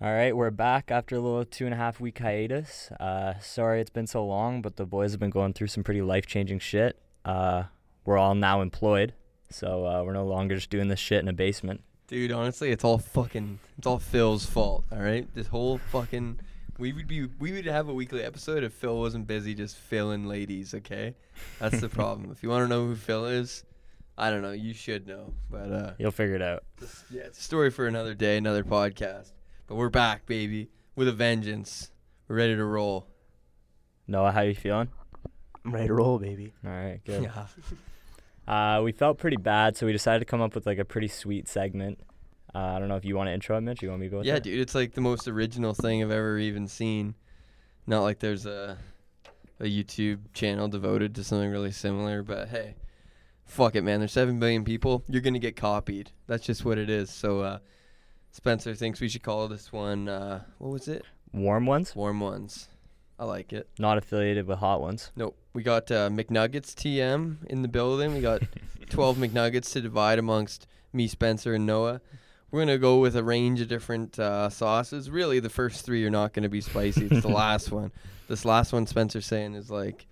All right, we're back after a little two and a half week hiatus. Uh, sorry it's been so long, but the boys have been going through some pretty life changing shit. Uh, we're all now employed, so uh, we're no longer just doing this shit in a basement. Dude, honestly, it's all fucking, it's all Phil's fault. All right, this whole fucking, we would be, we would have a weekly episode if Phil wasn't busy just filling ladies. Okay, that's the problem. If you want to know who Phil is, I don't know. You should know, but uh, You'll figure it out. yeah, it's a story for another day, another podcast. But we're back, baby, with a vengeance. We're ready to roll. Noah, how you feeling? I'm ready to roll, baby. All right, good. Yeah. Uh, we felt pretty bad, so we decided to come up with like a pretty sweet segment. Uh, I don't know if you want to intro it, Mitch. You want me to go? With yeah, it? dude, it's like the most original thing I've ever even seen. Not like there's a a YouTube channel devoted to something really similar, but hey, fuck it, man. There's seven billion people. You're gonna get copied. That's just what it is. So uh, Spencer thinks we should call this one uh, what was it? Warm ones, Warm ones. I like it. not affiliated with hot ones. Nope. We got uh, McNuggets TM in the building. We got 12 McNuggets to divide amongst me, Spencer, and Noah. We're going to go with a range of different uh, sauces. Really, the first three are not going to be spicy. It's the last one. This last one Spencer's saying is like,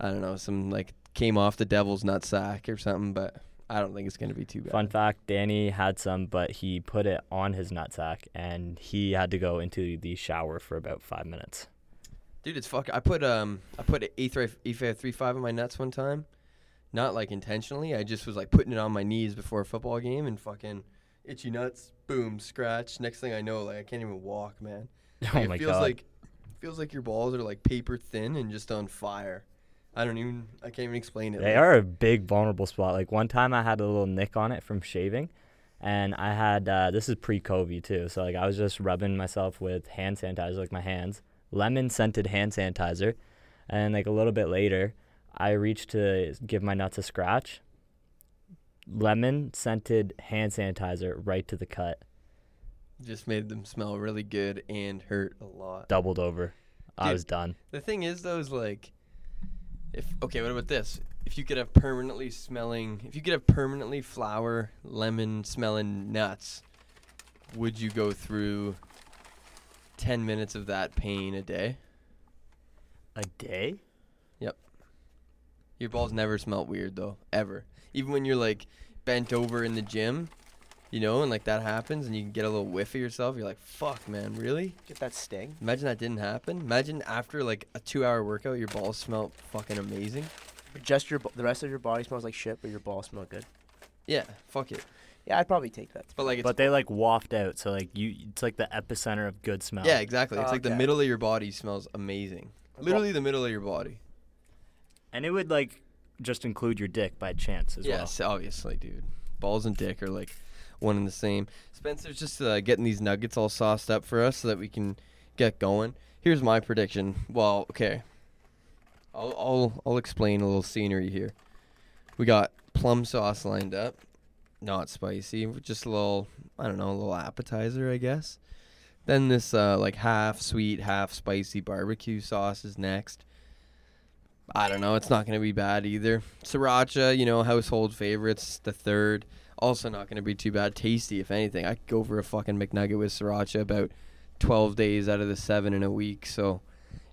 I don't know, some like came off the devil's nutsack or something, but I don't think it's going to be too bad. Fun fact: Danny had some, but he put it on his nutsack, and he had to go into the shower for about five minutes. Dude, it's fuck. I put um, I put an E three E three five in my nuts one time, not like intentionally. I just was like putting it on my knees before a football game and fucking itchy nuts. Boom, scratch. Next thing I know, like I can't even walk, man. Oh Like, it my feels god! like feels like your balls are like paper thin and just on fire. I don't even. I can't even explain it. They like, are a big vulnerable spot. Like one time I had a little nick on it from shaving and I had uh, this is pre-COVID too. So like I was just rubbing myself with hand sanitizer like my hands, lemon scented hand sanitizer, and like a little bit later I reached to give my nuts a scratch. Lemon scented hand sanitizer right to the cut, Just made them smell really good and hurt a lot. doubled over. I Dude. was done. The thing is, though, is like, if okay, what about this? If you could have permanently smelling, if you could have permanently flower lemon smelling nuts, would you go through ten minutes of that pain a day? A day? Your balls never smelt weird though, ever. Even when you're like bent over in the gym, you know, and like that happens, and you can get a little whiff of yourself. You're like, fuck, man, really? Get that sting. Imagine that didn't happen. Imagine after like a two-hour workout, your balls smelt fucking amazing. But just your, bo- the rest of your body smells like shit, but your balls smell good. Yeah, fuck it. Yeah, I'd probably take that. But like, it's but they like waft out, so like you, it's like the epicenter of good smell. Yeah, exactly. It's like the Um, Okay. middle of your body smells amazing. Well- Literally the middle of your body. and it would like just include your dick by chance as yes, obviously, dude. Balls and dick are like one and the same. Spencer's just uh, getting these nuggets all sauced up for us so that we can get going. Here's my prediction. Well, okay. I'll I'll, I'll explain a little scenery here. We got plum sauce lined up. Not spicy, just a little, I don't know, a little appetizer, I guess. Then this uh, like half sweet, half spicy barbecue sauce is next. I don't know. It's not going to be bad either. Sriracha, you know, household favorites. The third, also not going to be too bad. Tasty, if anything. I could go for a fucking McNugget with sriracha about 12 days out of the seven in a week. So,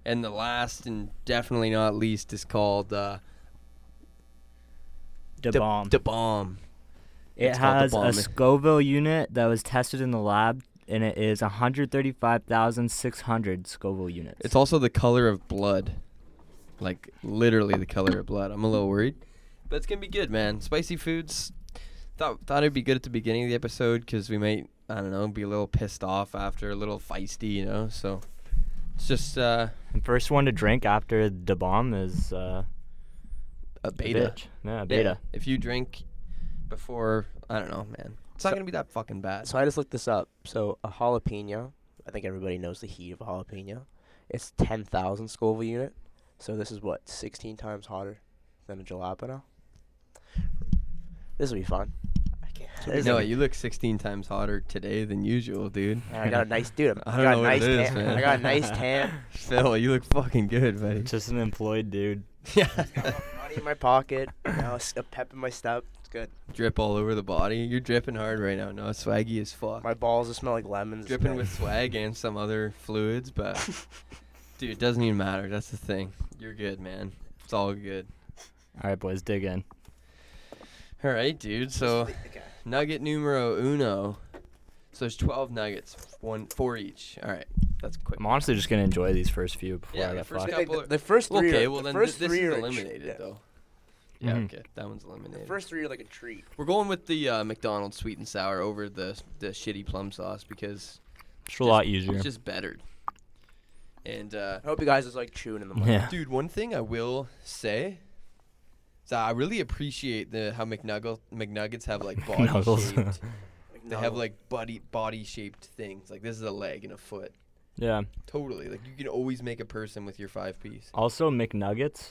and the last and definitely not least is called uh, well. Da- Da bomb. Da Bomb. It It's called the has bomb. a Scoville unit that was tested in the lab, and it is 135,600 Scoville units. It's also the color of blood. Like literally the color of blood. I'm a little worried. But it's gonna be good, man. Spicy foods. Thought thought it'd be good at the beginning of the episode because we might I don't know be a little pissed off after a little feisty, you know. So it's just uh, and first one to drink after the bomb is uh, a a beta. bitch. Yeah, Yeah, beta. If you drink before, I don't know, man. It's not So- gonna be that fucking bad. So I just looked this up. So a jalapeno, I think everybody knows the heat of a jalapeno. It's 10,000 Scoville unit. So this is what, 16 times hotter than a jalapeno? This will be fun. I can't. this No, will be- you look 16 times hotter today than usual, dude. Man, I got a nice dude. I I, don't got know a what it nice is, tan. man. I got a nice tan. Phil, you look fucking good, buddy. Just an employed dude. Yeah. Money in my pocket. Now a s- a pep in my step. It's good. Drip all over the body. You're dripping hard right now. No, swaggy as fuck. My balls just smell like lemons. dripping with swag and some other fluids, but dude, it doesn't even matter. That's the thing. You're good, man. It's all good. All right, boys, dig in. All right, dude. So nugget numero uno. So there's 12 nuggets, one four each. All right, that's quick. I'm honestly just gonna enjoy these first few before I Yeah, the get first fucked. couple- the, the first three. Okay, are, well the then first th- this three is are a eliminated treat. though. Yeah, Mm-hmm. Mhm. okay, that one's The eliminated. first three are like a treat. We're going with the uh, McDonald's sweet and sour over the the shitty plum sauce because It's a lot easier. it's just better. And uh, I hope you guys is like chewing in the morning. yeah. Dude, one thing I will say is that I really appreciate the how McNuggle, McNuggets have like body Knuckles. shaped. Like, They no. have like body body shaped things. Like this is a leg and a foot. yeah. Totally. Like you can always make a person with your five piece. Also, McNuggets,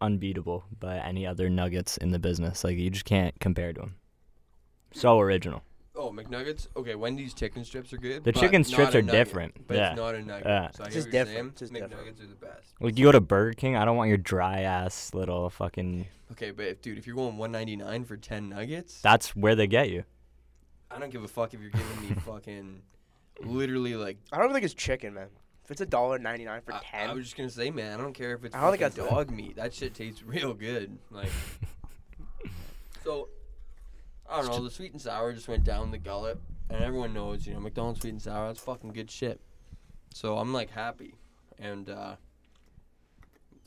unbeatable by any other nuggets in the business. Like you just can't compare to them. So original. Oh, McNuggets. Okay, Wendy's chicken strips are good. The but chicken not strips a are nugget. different. But Yeah. it's not a nugget. Yeah. So I It's hear just what you're different. saying. It's just McNuggets different. are the best. Like you go to Burger King, I don't want your dry ass little fucking. Okay, but if, dude, if you're going 199 for 10 nuggets, That's where they get you. I don't give a fuck if you're giving me fucking literally like I don't think it's chicken, man. If it's a dollar ninety nine for I- ten, I, was just gonna say, man, I don't care if it's I don't think fucking that's- dog meat. That shit tastes real good. Like, so I don't know. The sweet and sour just went down the gullet, and everyone knows, you know, McDonald's sweet and sour. That's fucking good shit. So I'm like happy, and uh,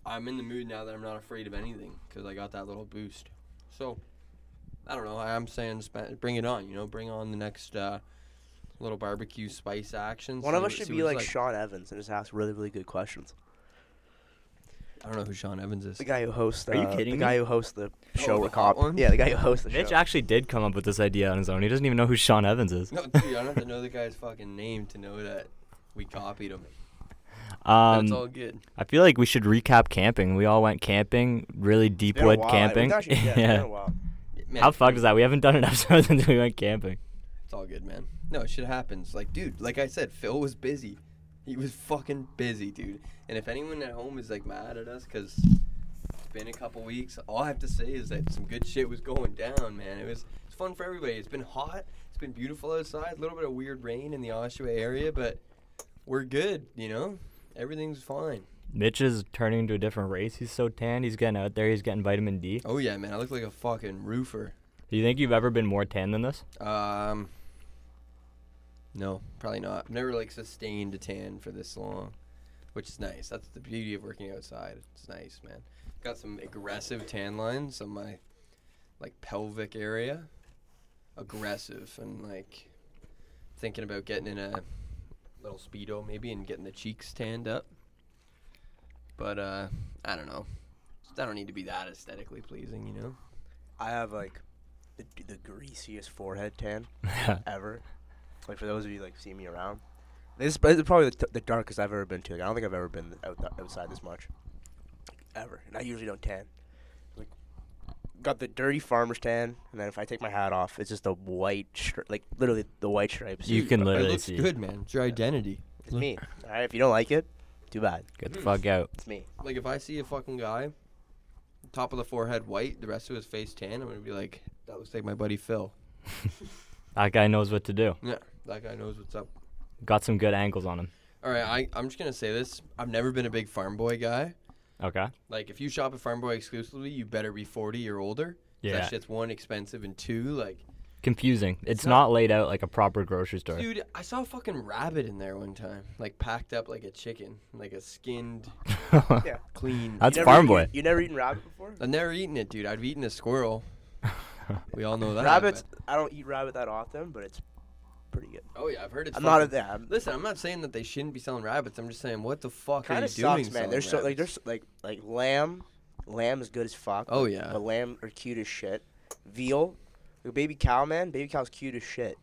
I'm in the mood now that I'm not afraid of anything because I got that little boost. So I don't know. I- I'm saying, sp- bring it on. You know, bring on the next. Uh, Little barbecue spice action. one see of what- us see should what be it's like, Sean Evans and just ask really really good questions. I don't know who Sean Evans is. The guy who hosts. Are you uh, kidding me? The guy who hosts the show Oh, the with hot Hop. one? Yeah, the guy who hosts the Mitch show. actually did come up with this idea on his own. He doesn't even know who Sean Evans is. No, dude, I don't have to know the guy's fucking name to know that we copied him. That's all Um, good. I feel like we should recap camping. We all went camping, really deep Been a wood while. camping. We've actually- yeah, it's been a while. Man, How fucked is that? We haven't done an episode since we went camping. It's all good, man. No, shit happens. Like, dude, like I said, Phil was busy. He was fucking busy, dude. And if anyone at home is like mad at us because it's been a couple weeks, all I have to say is that some good shit was going down, man. It was it's fun for everybody. It's been hot. It's been beautiful outside. A little bit of weird rain in the Oshawa area, but we're good. You know, everything's fine. Mitch is turning into a different race. He's so tan. He's getting out there. He's getting vitamin D. Oh yeah, man. I look like a fucking roofer. Do you think you've ever been more tan than this? Um, no, probably not. I've never like sustained a tan for this long, which is nice. That's the beauty of working outside. It's nice, man. Got some aggressive tan lines on my like pelvic area. Aggressive and like thinking about getting in a little speedo maybe and getting the cheeks tanned up. But uh, I don't know. I don't need to be that aesthetically pleasing, you know. I have like the, the greasiest forehead tan ever. Like for those of you like see me around, this is this is probably the, t- the darkest I've ever been to. Like, I don't think I've ever been out, outside this much, ever. And I usually don't tan. Like got the dirty farmer's tan, and then if I take my hat off, it's just the white, stri- like literally the white stripes. You can it literally looks see. good, man. It's your identity. It's me. All right, if you don't like it, too bad. Get the fuck out. It's me. Like if I see a fucking guy, top of the forehead white, the rest of his face tan, I'm gonna be like, that looks like my buddy Phil. That guy knows what to do. Yeah, that guy knows what's up. Got some good angles on him. All right, I, I'm just gonna say this. I've never been a big farm boy guy. Okay. Like if you shop at Farm Boy exclusively, you better be 40 or older. 'Cause Yeah. That shit's one expensive and two like, Confusing. It's, not- not, laid out like a proper grocery store. dude, I saw a fucking rabbit in there one time, like packed up like a chicken, like a skinned, Yeah. clean. That's You never farm eat- boy. You, never eaten rabbit before? I've never eaten it, dude. I've eaten a squirrel. we all know that. Rabbits. but- I don't eat rabbit that often, but it's pretty good. Oh yeah, I've heard it's. I'm not a fucking- yeah, I'm- Listen, I'm not saying that they shouldn't be selling rabbits. I'm just saying, what the fuck are kind you of sucks, doing? man. selling There's so like rabbits? there's like like lamb, lamb is good as fuck. Oh, yeah. but lamb are cute as shit. Veal, the baby cow, man, baby cow's cute as shit.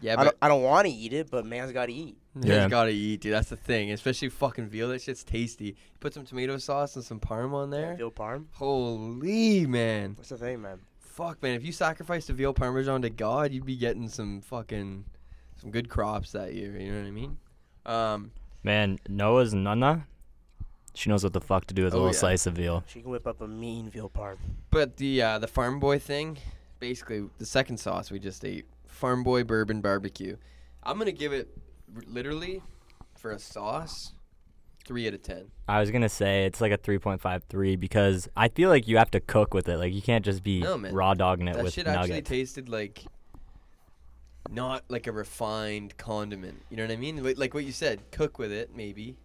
yeah, I don't but I don't want to eat it, but man's got to eat. you Yeah. just gotta eat, dude. That's the thing, especially fucking veal. That shit's tasty. Put some tomato sauce and some parm on there. Veal parm. Holy man, What's the thing, man? fuck man. If you sacrificed a veal parmesan to God, you'd be getting some fucking some good crops that year. You know what I mean? Um, Man, Noah's Nana, she knows what the fuck to do with a Oh, little yeah. slice of veal. She can whip up a mean veal parm. but the uh, the farm boy thing. basically the second sauce we just ate, Farm Boy Bourbon Barbecue. I'm gonna give it r- literally for a sauce, three out of ten. I was gonna say it's like a 3.53 because I feel like you have to cook with it. Like you can't just be No, man. raw dogging it That with shit actually nuggets. tasted like not like a refined condiment. You know what I mean? Like, like what you said, cook with it maybe,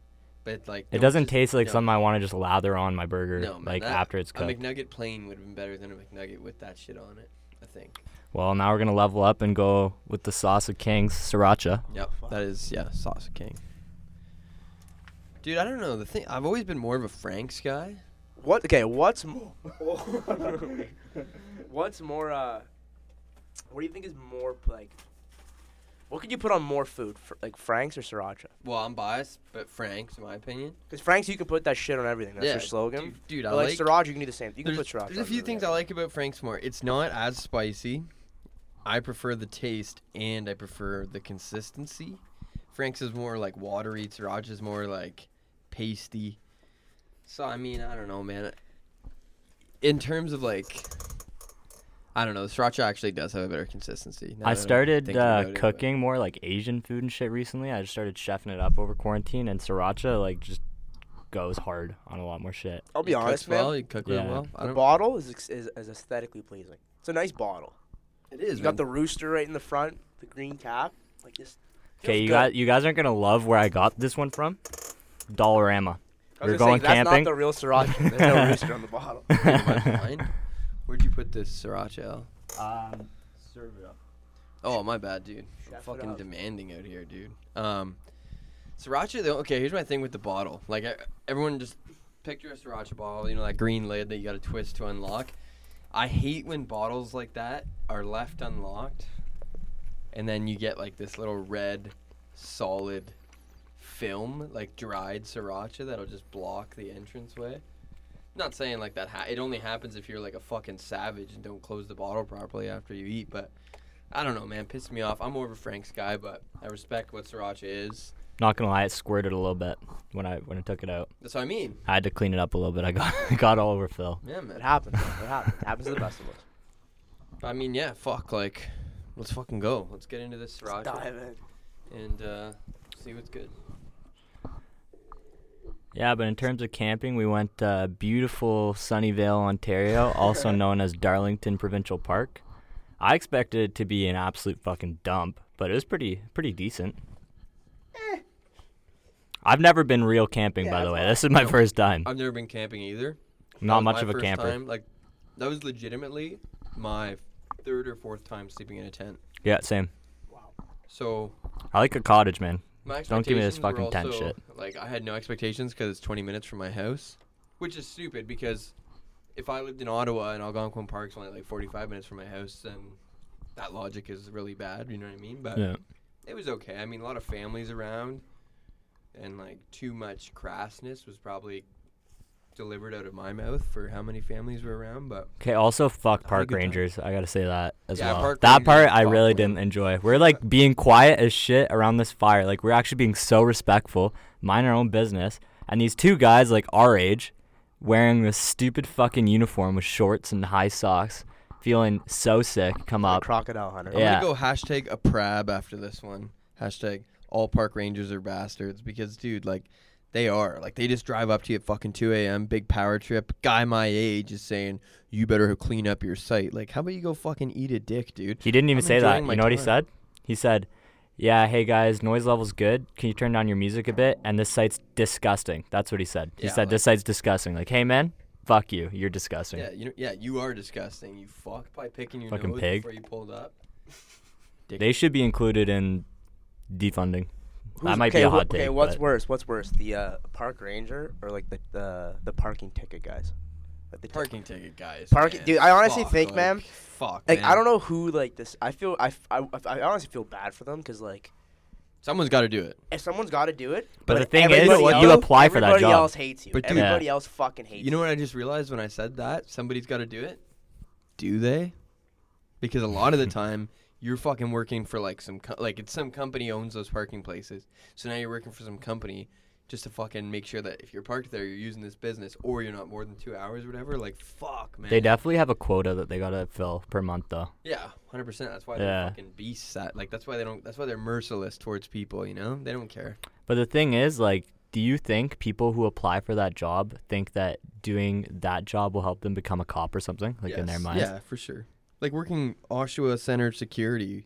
but like it don't doesn't just- taste like no. something I want to just lather on my burger No, man, like that- after it's A cooked. McNugget plain would have been better than a McNugget with that shit on it. I think. well, now we're gonna level up and go with the sauce of kings, sriracha. Yep, that is yeah, Sauce King. Dude, I don't know. The thing I've always been more of a Frank's guy. What? Okay, what's more? what's more? Uh, what do you think is more like? What could you put on more food, fr- like Frank's or sriracha? Well, I'm biased, but Frank's, in my opinion. Because Frank's, you can put that shit on everything. That's their Yeah, slogan. Dude, dude I But, like, like. sriracha, you can do the same. You can there's, put sriracha. there's a on few really things I everything. like about Frank's more. It's not as spicy. I prefer the taste and I prefer the consistency. Frank's is more like watery. Sriracha is more like pasty. So I mean, I don't know, man. In terms of like, I don't know. Sriracha actually does have a better consistency. now I that I'm started thinking uh, about it, but- cooking more like Asian food and shit recently. I just started chefing it up over quarantine, and sriracha like just goes hard on a lot more shit. I'll be It honest, cooks man. Well, you cook really Yeah. well. I the don't, bottle is, ex- is is aesthetically pleasing. It's a nice bottle. it is. You got man. the rooster right in the front, the green cap, like this. Okay, you guys, you guys aren't gonna love where I got this one from. Dollarama. I was You're gonna going say, That's camping? not the real sriracha. There's no rooster on the bottle. Am I blind? Where'd you put this sriracha? Al? Um, serve it up. Oh, my bad, dude. Chef I'm it fucking up. demanding out here, dude. Um, sriracha, though. Okay, here's my thing with the bottle. Like, I, everyone just picture a sriracha bottle, you know, that green lid that you got to twist to unlock. I hate when bottles like that are left unlocked, and then you get like this little red, solid film, like dried sriracha that'll just block the entranceway. Not saying like that. Ha- it only happens if you're like a fucking savage and don't close the bottle properly after you eat, but. I don't know, man. Pissed me off. I'm more of a Frank's guy, but I respect what sriracha is. Not gonna lie, it squirted a little bit when I when I took it out. That's what I mean. I had to clean it up a little bit. I got got all over Phil. Yeah, It man. happens. It happens. It happens to the best of us. I mean, yeah. Fuck, like, let's fucking go. Let's get into this sriracha Let's dive in. and uh, see what's good. Yeah, but in terms of camping, we went uh, beautiful Sunnyvale, Ontario, also known as Darlington Provincial Park. I expected it to be an absolute fucking dump, but it was pretty pretty decent. I've never been real camping, by Eh. the Yeah, that's way. why- This is my first time. I've never been camping either. I'm not That was much my of a first camper. Time. Like, that was legitimately my third or fourth time sleeping in a tent. Yeah, same. So I like a cottage, man. my Don't give me this expectations were fucking tent also- shit. Like, I had no expectations because it's 20 minutes from my house, which is stupid because if I lived in Ottawa and Algonquin Park's only like 45 minutes from my house, then that logic is really bad. You know what I mean? But Yeah. it was okay. I mean, a lot of families around, and like too much crassness was probably delivered out of my mouth for how many families were around. But Okay, also fuck a park good time. rangers. I gotta say that as Yeah, well. park that rangers part are I fuck, really man. didn't enjoy. We're like being quiet as shit around this fire. Like we're actually being so respectful, mind our own business. And these two guys like our age, wearing this stupid fucking uniform with shorts and high socks, feeling so sick, come The up. crocodile hunter. Uh, Yeah. I'm gonna go hashtag a prab after this one. Hashtag all park rangers are bastards because dude, like they are. Like they just drive up to you at fucking two AM, big power trip. Guy my age is saying, You better clean up your site. Like, how about you go fucking eat a dick, dude? He didn't even I'm say that. enjoying You my know what he time. said? He said, "Yeah, hey guys, noise level's good. Can you turn down your music a bit? And this site's disgusting." That's what he said. He Yeah, said, like- "This site's disgusting." Like, hey man, fuck you. You're disgusting. Yeah, you know, yeah, you are disgusting. You fuck by picking your Fucking nose pig. before you pulled up. They should be included in defunding. Who's- that might okay, be a wh- hot take. Okay, what's but worse? What's worse, the uh, park ranger or like the the, the parking ticket guys? Like the ti- Parking ticket guys. Parking- man. dude, I honestly Fuck, think, like, man, Fuck. Like I man. don't know who like this. I feel I, f- I, I honestly feel bad for them because like Someone's gotta do it. if someone's got to do it, But the thing is, everybody you else- apply for that Everybody job. else hates you. But dude- everybody else fucking hates You know what I just realized when I said that? Somebody's got to do it. Do they? Because a lot of the time you're fucking working for like some co- like it's some company owns those parking places. So now you're working for some company. just to fucking make sure that if you're parked there, you're using this business, or you're not more than two hours or whatever. Like, fuck, man. They definitely have a quota that they gotta fill per month, though. Yeah, hundred percent. That's why Yeah. they're fucking beasts. At, like that's why they don't. That's why they're merciless towards people. You know, they don't care. But the thing is, like, do you think people who apply for that job think that doing that job will help them become a cop or something? Like in their Yes, minds? Yeah, for sure. Like working Oshawa Center security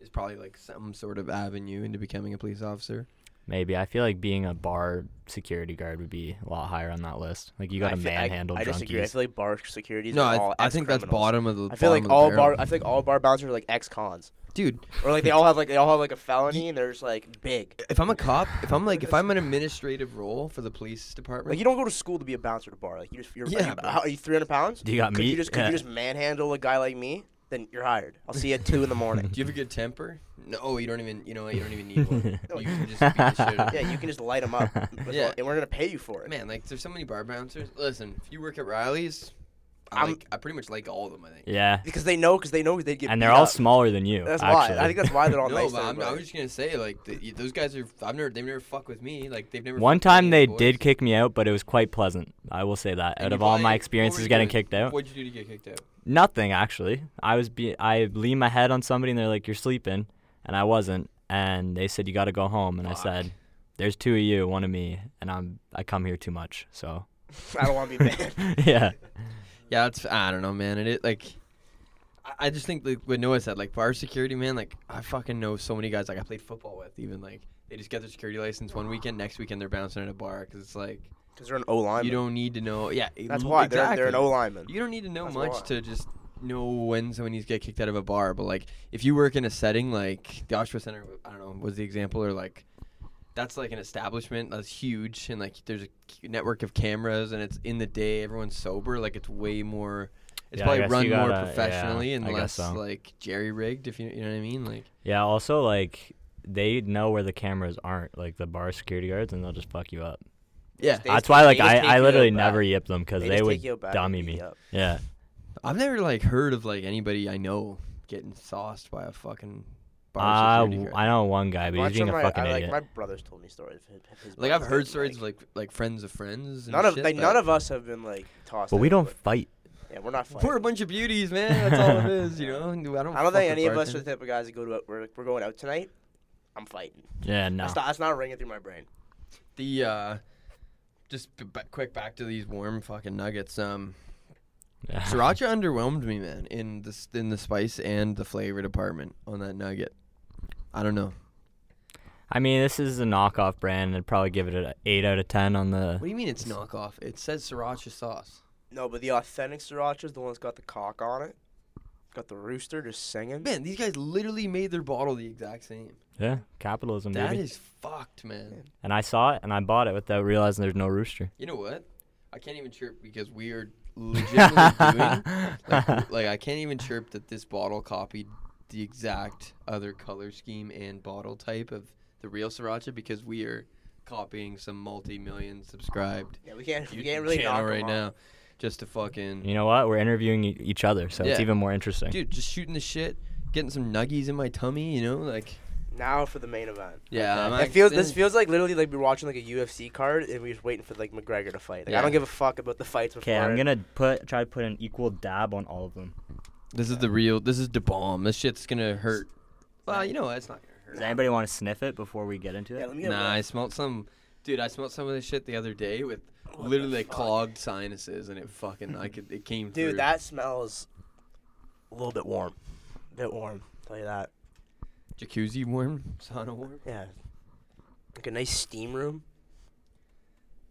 is probably like some sort of avenue into becoming a police officer. Maybe. I feel like being a bar security guard would be a lot higher on that list. Like you I gotta feel- I- manhandle I, disagree. I drunkies. feel like bar securities. no, are I, all I think that's ex-criminals. bottom of the. I bottom of feel like the all barrel. bar. I feel like all bar bouncers are like ex-cons, dude. or like they all have like they all have like a felony and they're just like big. If I'm a cop, if I'm like, if I'm an administrative role for the police department, Like you don't go to school to be a bouncer at a bar. Like you just you're Yeah, yeah, bro. are you 300 pounds? Do you got could meat? You just, could Yeah. you just manhandle a guy like me? Then you're hired. I'll see you at two in the morning. do you have a good temper? No, you don't even. You know, what, you don't even need one. you can just beat the shit out of yeah, you can just light them up. with- Yeah. and we're gonna pay you for it. Man, like there's so many bar bouncers. Listen, if you work at Riley's, I I'm- like I pretty much like all of them. I think. Yeah. Because they know, because they know they get. And beat they're all up. smaller than you. That's actually. why. I think that's why they're all No, nice. to but I'm, I everybody. was just gonna say like the, y- those guys are. I've never. They've never fuck with me. Like they've never. One fucked with time any they of the did boys. kick me out, but it was quite pleasant. I will say that. And out you of all probably- what my were experiences you getting doing? kicked out, What'd you do to get kicked out? nothing actually. I was be I leaned my head on somebody and they're like, "You're sleeping," and I wasn't. And they said, "You got to go home." And I Fuck. said, "There's two of you, one of me, and I'm I come here too much." So I don't want to be banned. yeah, Yeah, it's. I don't know, man. It, it like. I- I just think like what Noah said, like bar security, man. Like I fucking know so many guys. Like I played football with, even like they just get their security license one weekend, next weekend they're bouncing at a bar because it's like Because they're an O lineman. you don't need to know. Yeah, That's l- why exactly. they're, they're an O lineman. You don't need to know That's much why. to just know when someone needs to get kicked out of a bar, but like if you work in a setting like the Oshawa Center, I don't know, was the example or like that's like an establishment that's huge and like there's a c- network of cameras and it's in the day, everyone's sober, like it's way more. It's Yeah, I probably guess run you more gotta- professionally yeah, and I less guess so. like jerry rigged. If you you know what I mean, like yeah. Also, like they know where the cameras aren't, like the bar security guards, and they'll just fuck you up. yeah. They that's just- why, like they just I, take you I out literally back. never yip them because they, just would take you out back and dummy beat me. you up. Yeah, I've never like heard of like anybody I know getting sauced by a fucking bar I security guard. I know one guy, but Bunch he's being a of my, fucking I, like, idiot. My brothers told me stories. of his- his Like brothers I've heard getting, stories of like, like like friends of friends. And none of shit, like but- none of us have been like tossed. but we out, don't fight. yeah, we're not fighting. We're a bunch of beauties, man. That's all it is, you know. I don't. I don't fuck with think any of us are bartenders. the type of guys that go to. A, we're we're going out tonight. I'm fighting. Yeah, no. That's, not, that's not ringing through my brain. The uh, just b- b- quick back to these warm fucking nuggets. Um, sriracha underwhelmed me, man. In the s- in the spice and the flavor department on that nugget. I don't know. I mean, this is a knockoff brand. I'd probably give it an eight out of ten on the. What do you mean it's knockoff? It says sriracha sauce. No, but the authentic sriracha is the one that's got the cock on it. Got the rooster just singing. Man, these guys literally made their bottle the exact same. Yeah, capitalism, That baby. is fucked, man. and I saw it and I bought it without realizing there's no rooster. You know what? I can't even chirp because we are legitimately doing like, w- like I can't even chirp that this bottle copied the exact other color scheme and bottle type of the real sriracha because we are copying some multi-million subscribed Yeah, we can't. We YouTube can't really knock channel 'em right off. now just to fucking You know what? We're interviewing e- each other, so it's Yeah. even more interesting. dude just shooting the shit getting some nuggies in my tummy you know like Now for the main event. yeah I'm It feels this acting- feels like literally like we're watching like a UFC card and we're just waiting for like McGregor to fight. Like Yeah. I don't give a fuck about the fights before. Okay, I'm it. gonna put try to put an equal dab on all of them. this is the real this is the bomb this shit's gonna hurt well you know what it's not gonna hurt Does anybody want to sniff it before we get into it? Yeah, let me get Nah, one. I smelled some. Dude, I smelled some of this shit the other day with literally like clogged sinuses, and it fucking I could it came through. Dude, that smells a little bit warm. bit warm. Tell you that. jacuzzi warm, sauna warm. Yeah. Like a nice steam room.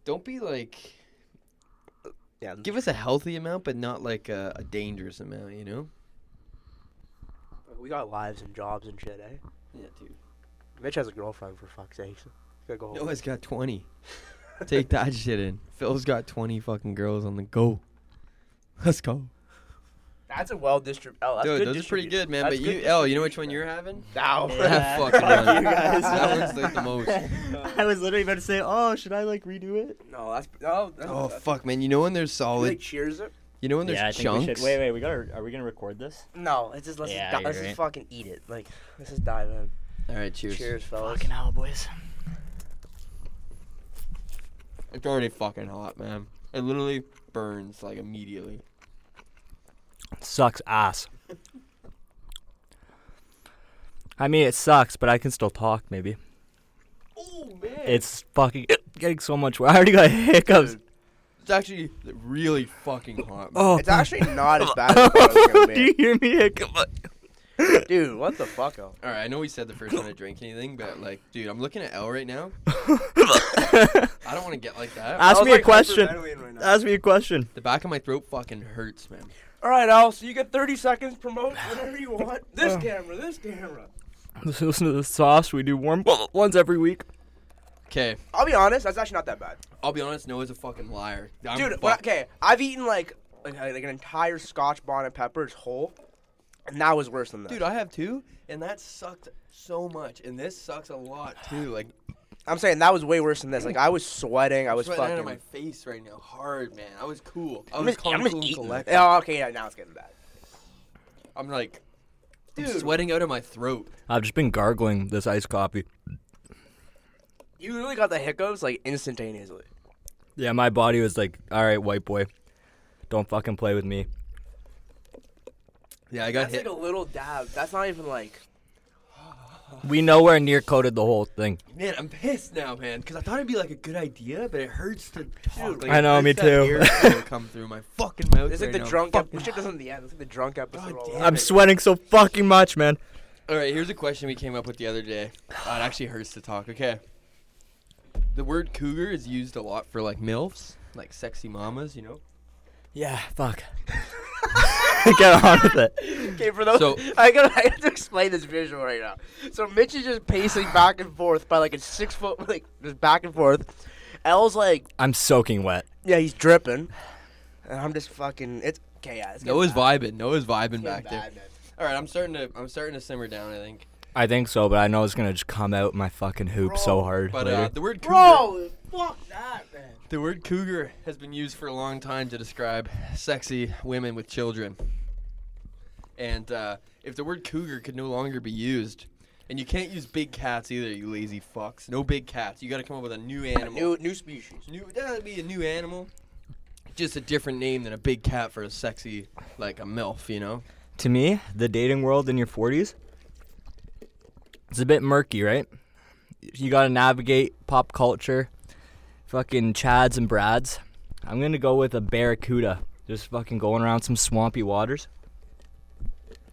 Don't be like Yeah. give us a healthy amount, but not like a, a dangerous amount. You know? we got lives and jobs and shit, eh? Yeah, dude. Mitch has a girlfriend for fuck's sake. Gotta go home. Noah's got twenty. Take that shit in. Phil's got twenty fucking girls on the go. Let's go. That's a well distributed. Oh, that's Dude, good those are pretty good, man. That's but you, good oh, you know which one distribution, you're having? Ow. That fucking Fuck one. you guys. That one's like the most. I was literally about to say, oh, should I like redo it? no, that's no. That's, Oh that's, fuck, man! You know when there's you, solid like cheers it. You know when there's yeah, I think chunks. we should. Wait, wait, we gotta. Are we gonna record this? No, it's just let's Yeah, just, di- you're let's right. just fucking eat it. Like let's just dive in. All right, cheers. Cheers, fellas. hell, boys. It's already fucking hot, man. It literally burns like immediately. Sucks ass. I mean, it sucks, but I can still talk. Maybe Oh man! it's fucking getting so much. worse. I already got hiccups. It's actually really fucking hot. man. Oh, It's actually not as bad as I thought it was gonna do you be. hear me hiccup? uh, Dude, what the fuck? Al? All right, I know we said the first time I drink anything, but like, dude, I'm looking at L right now. I don't want to get like that. Ask I was, me a like, question. hyperventilating right now. Ask me a question. the back of my throat fucking hurts, man. All right, Al. So you get 30 seconds. Promote whatever you want. This camera. This camera. Listen to the sauce. We do warm ones every week. Okay, I'll be honest. That's actually not that bad, I'll be honest. Noah's a fucking liar. I'm dude. fuck- when I- okay, I've eaten like like, like an entire Scotch bonnet peppers whole, and that was worse than that. dude, I have two, and that sucked so much, and this sucks a lot too. Like, I'm saying that was way worse than this. Like I was sweating. I was sweating out fucking. of my face right now, hard, man. I was cool. I I'm was just, calm, I'm just cool, and eating. collected. Oh, okay, yeah, now it's getting bad. I'm like, I'm Dude. sweating out of my throat. I've just been gargling this iced coffee. You literally got the hiccups like instantaneously. Yeah, my body was like, all right, white boy, don't fucking play with me. Yeah, I got That's hit. like a little dab. That's not even like. We nowhere near coated the whole thing. Man, I'm pissed now, man, because I thought it'd be like a good idea, but it hurts to talk. Like, I it know, me hurts that too. air flow come through my fucking mouth. It's right like the now. drunk. Fuck. Ep- we should have done the end. It's like the drunk episode. God all damn over. it. I'm sweating so fucking much, man. All right, here's a question we came up with the other day. Oh, it actually hurts to talk. Okay. The word cougar is used a lot for like milfs, like sexy mamas, you know. Yeah, fuck. Get on with it. Okay, for those, So- I gotta I have to explain this visual right now. So Mitch is just pacing back and forth by like a six foot, like just back and forth. L's like, I'm soaking wet. yeah, he's dripping, and I'm just fucking. It's okay, yeah. It's getting Noah's bad. vibing. Noah's vibing It's back getting there. bad, man. All right, I'm starting to. I'm starting to simmer down. I think. I think so, but I know it's gonna just come out my fucking hoop so Bro, hard But later. uh, the word cougar, Bro, fuck that, man. the word cougar has been used for a long time to describe sexy women with children. And uh, if the word cougar could no longer be used, and you can't use big cats either, you lazy fucks. No big cats. You got to come up with a new animal. New new species. New that'd be a new animal. Just a different name than a big cat for a sexy like a MILF, you know? to me, the dating world in your 40s, it's a bit murky, right? You gotta navigate pop culture, fucking Chads and Brads. I'm gonna go with a barracuda, just fucking going around some swampy waters.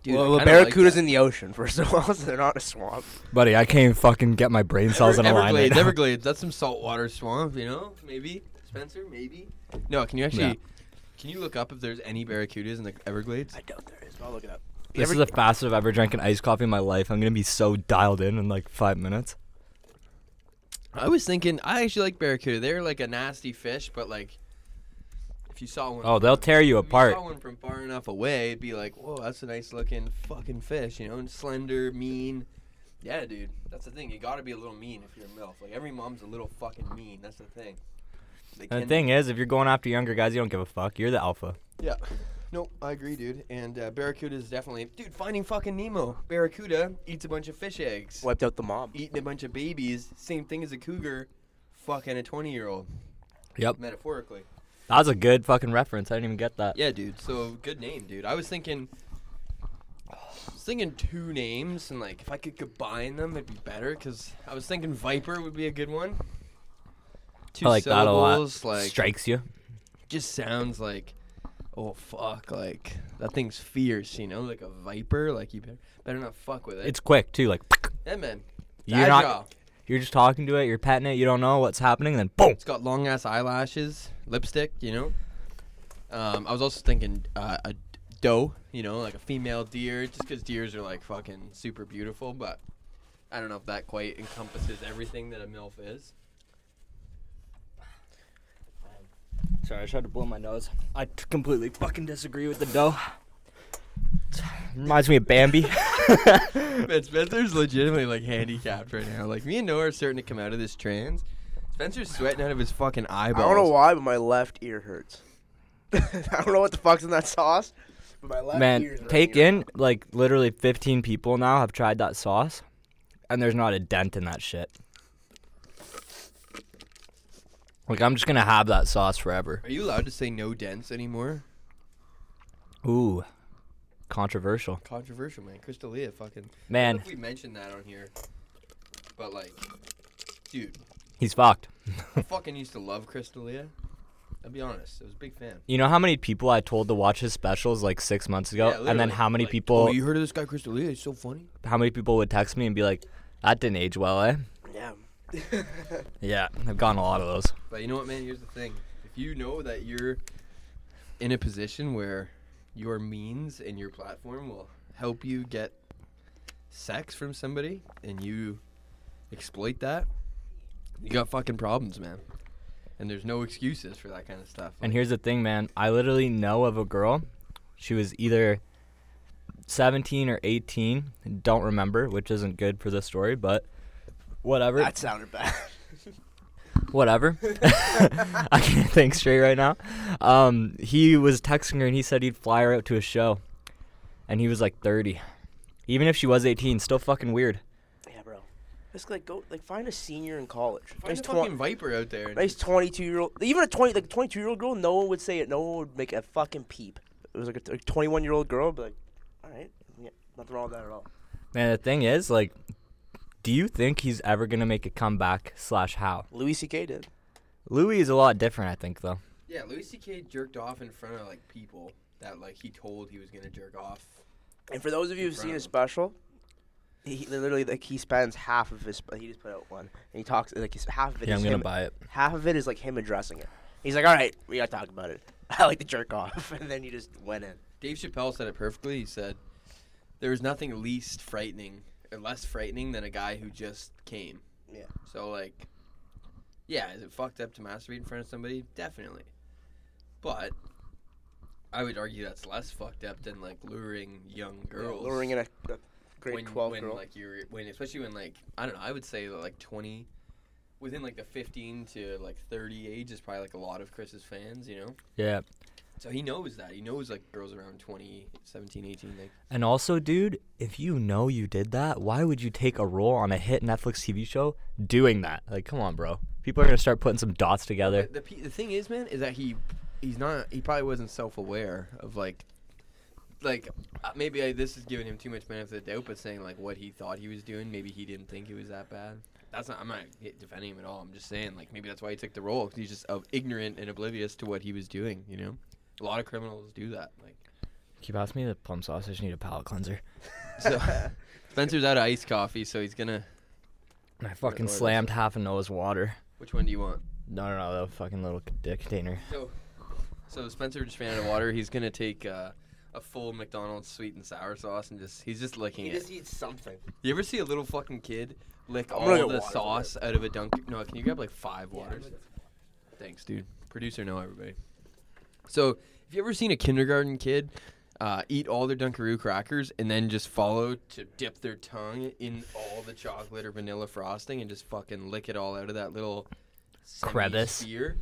well, a barracuda's in the ocean, first of all, so they're not a swamp. Buddy, I can't even fucking get my brain cells in alignment. Everglades, Everglades, that's some saltwater swamp, you know? Maybe. Spencer, maybe. No, can you actually Yeah. can you look up if there's any barracudas in the Everglades? I doubt there is. But I'll look it up. This is the fastest I've ever drank an iced coffee in my life. I'm gonna be so dialed in in like five minutes. I was thinking I actually like barracuda. They're like a nasty fish, but like if you saw one Oh, they'll tear you if apart. You saw one from far enough away, it'd be like, whoa, that's a nice looking fucking fish, you know, and slender, mean. Yeah, dude, that's the thing. You gotta be a little mean if you're a milf. Like every mom's a little fucking mean. That's the thing. They And the can- thing is, if you're going after younger guys, you don't give a fuck. You're the alpha. Yeah. No, I agree, dude. And uh, barracuda is definitely, dude. Finding fucking Nemo. Barracuda eats a bunch of fish eggs. Wiped out the mob. Eating a bunch of babies. Same thing as a cougar. Fucking a twenty-year-old, Yep. metaphorically. That was a good fucking reference. I didn't even get that. Yeah, dude. So good name, dude. I was thinking, I was thinking two names, and like if I could combine them, it'd be better. Cause I was thinking Viper would be a good one. Two I like that a lot. syllables, Like Strikes you. just sounds like, oh fuck, like that thing's fierce, you know, like a viper. Like you better better not fuck with it. It's quick too. Like yeah, man. It's you're agile. not. You're just talking to it. You're petting it. You don't know what's happening. Then boom. It's got long ass eyelashes, lipstick, you know. Um, I was also thinking uh, a doe, you know, like a female deer, just because deers are like fucking super beautiful, but I don't know if that quite encompasses everything that a MILF is. Sorry, I tried to blow my nose. I t- completely fucking disagree with the dough. Reminds me of Bambi. Man, Spencer's legitimately like handicapped right now. Like, me and Noah are starting to come out of this trance. Spencer's sweating out of his fucking I eyeballs. don't know why, but my left ear hurts. I don't know what the fuck's in that sauce, but my left ear Man, is take ringing. in like literally 15 people now have tried that sauce, and there's not a dent in that shit. Like I'm just gonna have that sauce forever. Are you allowed to say no dents anymore? Ooh, controversial. Controversial, man. Crystalia fucking. I don't know Man, if we mentioned that on here, but like, dude, he's fucked. I fucking used to love Crystalia. I'll be honest, I was a big fan. You know how many people I told to watch his specials like six months ago, Yeah, and then literally, how many like, people, Oh, you heard of this guy Crystalia? He's so funny. how many people would text me and be like, "That didn't age well, eh?" Yeah. Yeah, I've gotten a lot of those. But you know what, man? Here's the thing: if you know that you're in a position where your means and your platform will help you get sex from somebody, and you exploit that, you got fucking problems, man. And there's no excuses for that kind of stuff. And here's the thing, man. I literally know of a girl. She was either 17 or 18. Don't remember, which isn't good for the story, but whatever. That sounded bad. whatever. I can't think straight right now. Um, he was texting her and he said he'd fly her out to a show. And he was like 30. Even if she was 18, still fucking weird. yeah, bro. Just like go like find a senior in college. Find nice, a fucking viper out there. and nice twenty-two year old. Even a twenty like twenty-two year old girl, no one would say it. No one would make a fucking peep. It was like a twenty-one year old girl, but like, all right, yeah, nothing wrong with that at all. Man, the thing is, like, do you think he's ever going to make a comeback? Slash, how? Louis C.K. did. Louis is a lot different, I think, though. Yeah, Louis C.K. jerked off in front of like people that like he told he was gonna jerk off. And for those of you who've seen his special, he he literally like he spends half of his. sp- He just put out one, and he talks like he's, half of it. Yeah, is I'm going him- to buy it. Half of it is like him addressing it. He's like, all right, we gotta talk about it. I like to jerk off, and then you just went in. Dave Chappelle said it perfectly. He said, "There was nothing least frightening or less frightening than a guy who just came." Yeah. So like, yeah, is it fucked up to masturbate in front of somebody? Definitely. But I would argue that's less fucked up than like luring young girls. luring in a, a grade when, 12 when, girl. like you're when especially when like I don't know I would say that like 20 within like the 15 to like 30 age is probably like a lot of Chris's fans you know Yeah. so he knows that he knows like girls around 20 17 18 like And also, dude, if you know you did that, why would you take a role on a hit Netflix TV show doing that? Like, come on, bro. People are gonna start putting some dots together. the, pe- the thing is man is that he he's not he probably wasn't self-aware of like like uh, maybe I, this is giving him too much benefit of the doubt but saying like what he thought he was doing maybe he didn't think it was that bad that's not I'm not hit- defending him at all I'm just saying like maybe that's why he took the role 'cause he's just uh, ignorant and oblivious to what he was doing you know a lot of criminals do that like Keep asking me the plum sauce. I just need a palate cleanser. so Spencer's out of iced coffee so he's gonna And I fucking Lord, this slammed half a Noah's water. which one do you want No, no, no, that fucking little c- container. So, so Spencer just ran out of water. He's gonna take uh, a full McDonald's sweet and sour sauce and just he's just licking he it. just eats something. You ever see a little fucking kid lick I'm gonna all get the water for sauce out of a dunk? No, can you grab like five waters? Thanks, dude. Producer, know everybody. So, have you ever seen a kindergarten kid? Uh, eat all their Dunkaroo crackers and then just follow to dip their tongue in all the chocolate or vanilla frosting and just fucking lick it all out of that little Crevice. semi-sphere?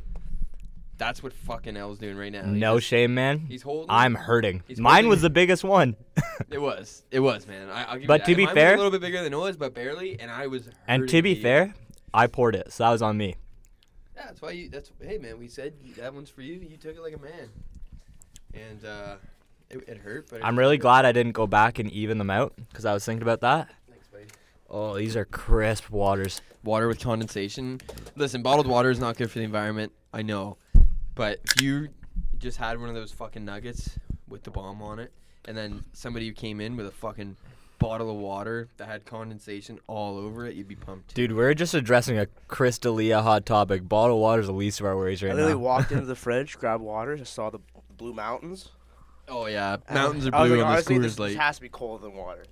That's what fucking L's doing right now. He's No Oh, just- shame, man. He's holding. I'm hurting. he's Mine holding- was the biggest one. It was. It was, man. I, I'll give you But that. to be Mine was fair- a little bit bigger than Noah's, but barely. And I was. and to hurting be the- fair, I poured it, so that was on me. Yeah, that's why you. That's hey man, we said you- that one's for you. You took it like a man, and uh, it, it hurt. But it I'm was really good. glad I didn't go back and even them out because I was thinking about that. Thanks, buddy. Oh, these are crisp waters. Water with condensation. Listen, bottled water is not good for the environment. I know, but if you just had one of those fucking nuggets with the bomb on it, and then somebody who came in with a fucking bottle of water that had condensation all over it, you'd be pumped. Dude, we're just addressing a crystalia hot topic. Bottled water is the least of our worries right I literally now. walked into the fridge, grabbed water, just saw the blue mountains. Oh yeah, and I was- mountains are Uh, I was blue like, on the honestly, this, Coors this Light. has to be colder than water.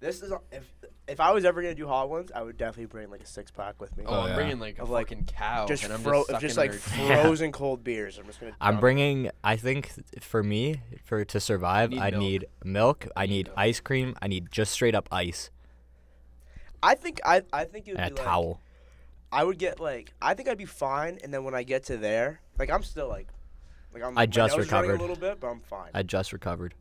This is if if I was ever gonna do hot ones, I would definitely bring like a six pack with me. Oh, Oh, I'm yeah. bringing like a Of, like, fucking cow, just and I'm fro- just, just sucking like her- frozen cold beers. I'm just gonna. I'm dump- bringing. I think for me, for to survive, You need I milk. need milk. I need need milk. ice cream. I need just straight up ice I think I I think it would and a be like, towel. I would get like I think I'd be fine, and then when I get to there, like I'm still like, like I'm. I my just nose is running recovered. a little bit, but I'm fine. I just recovered.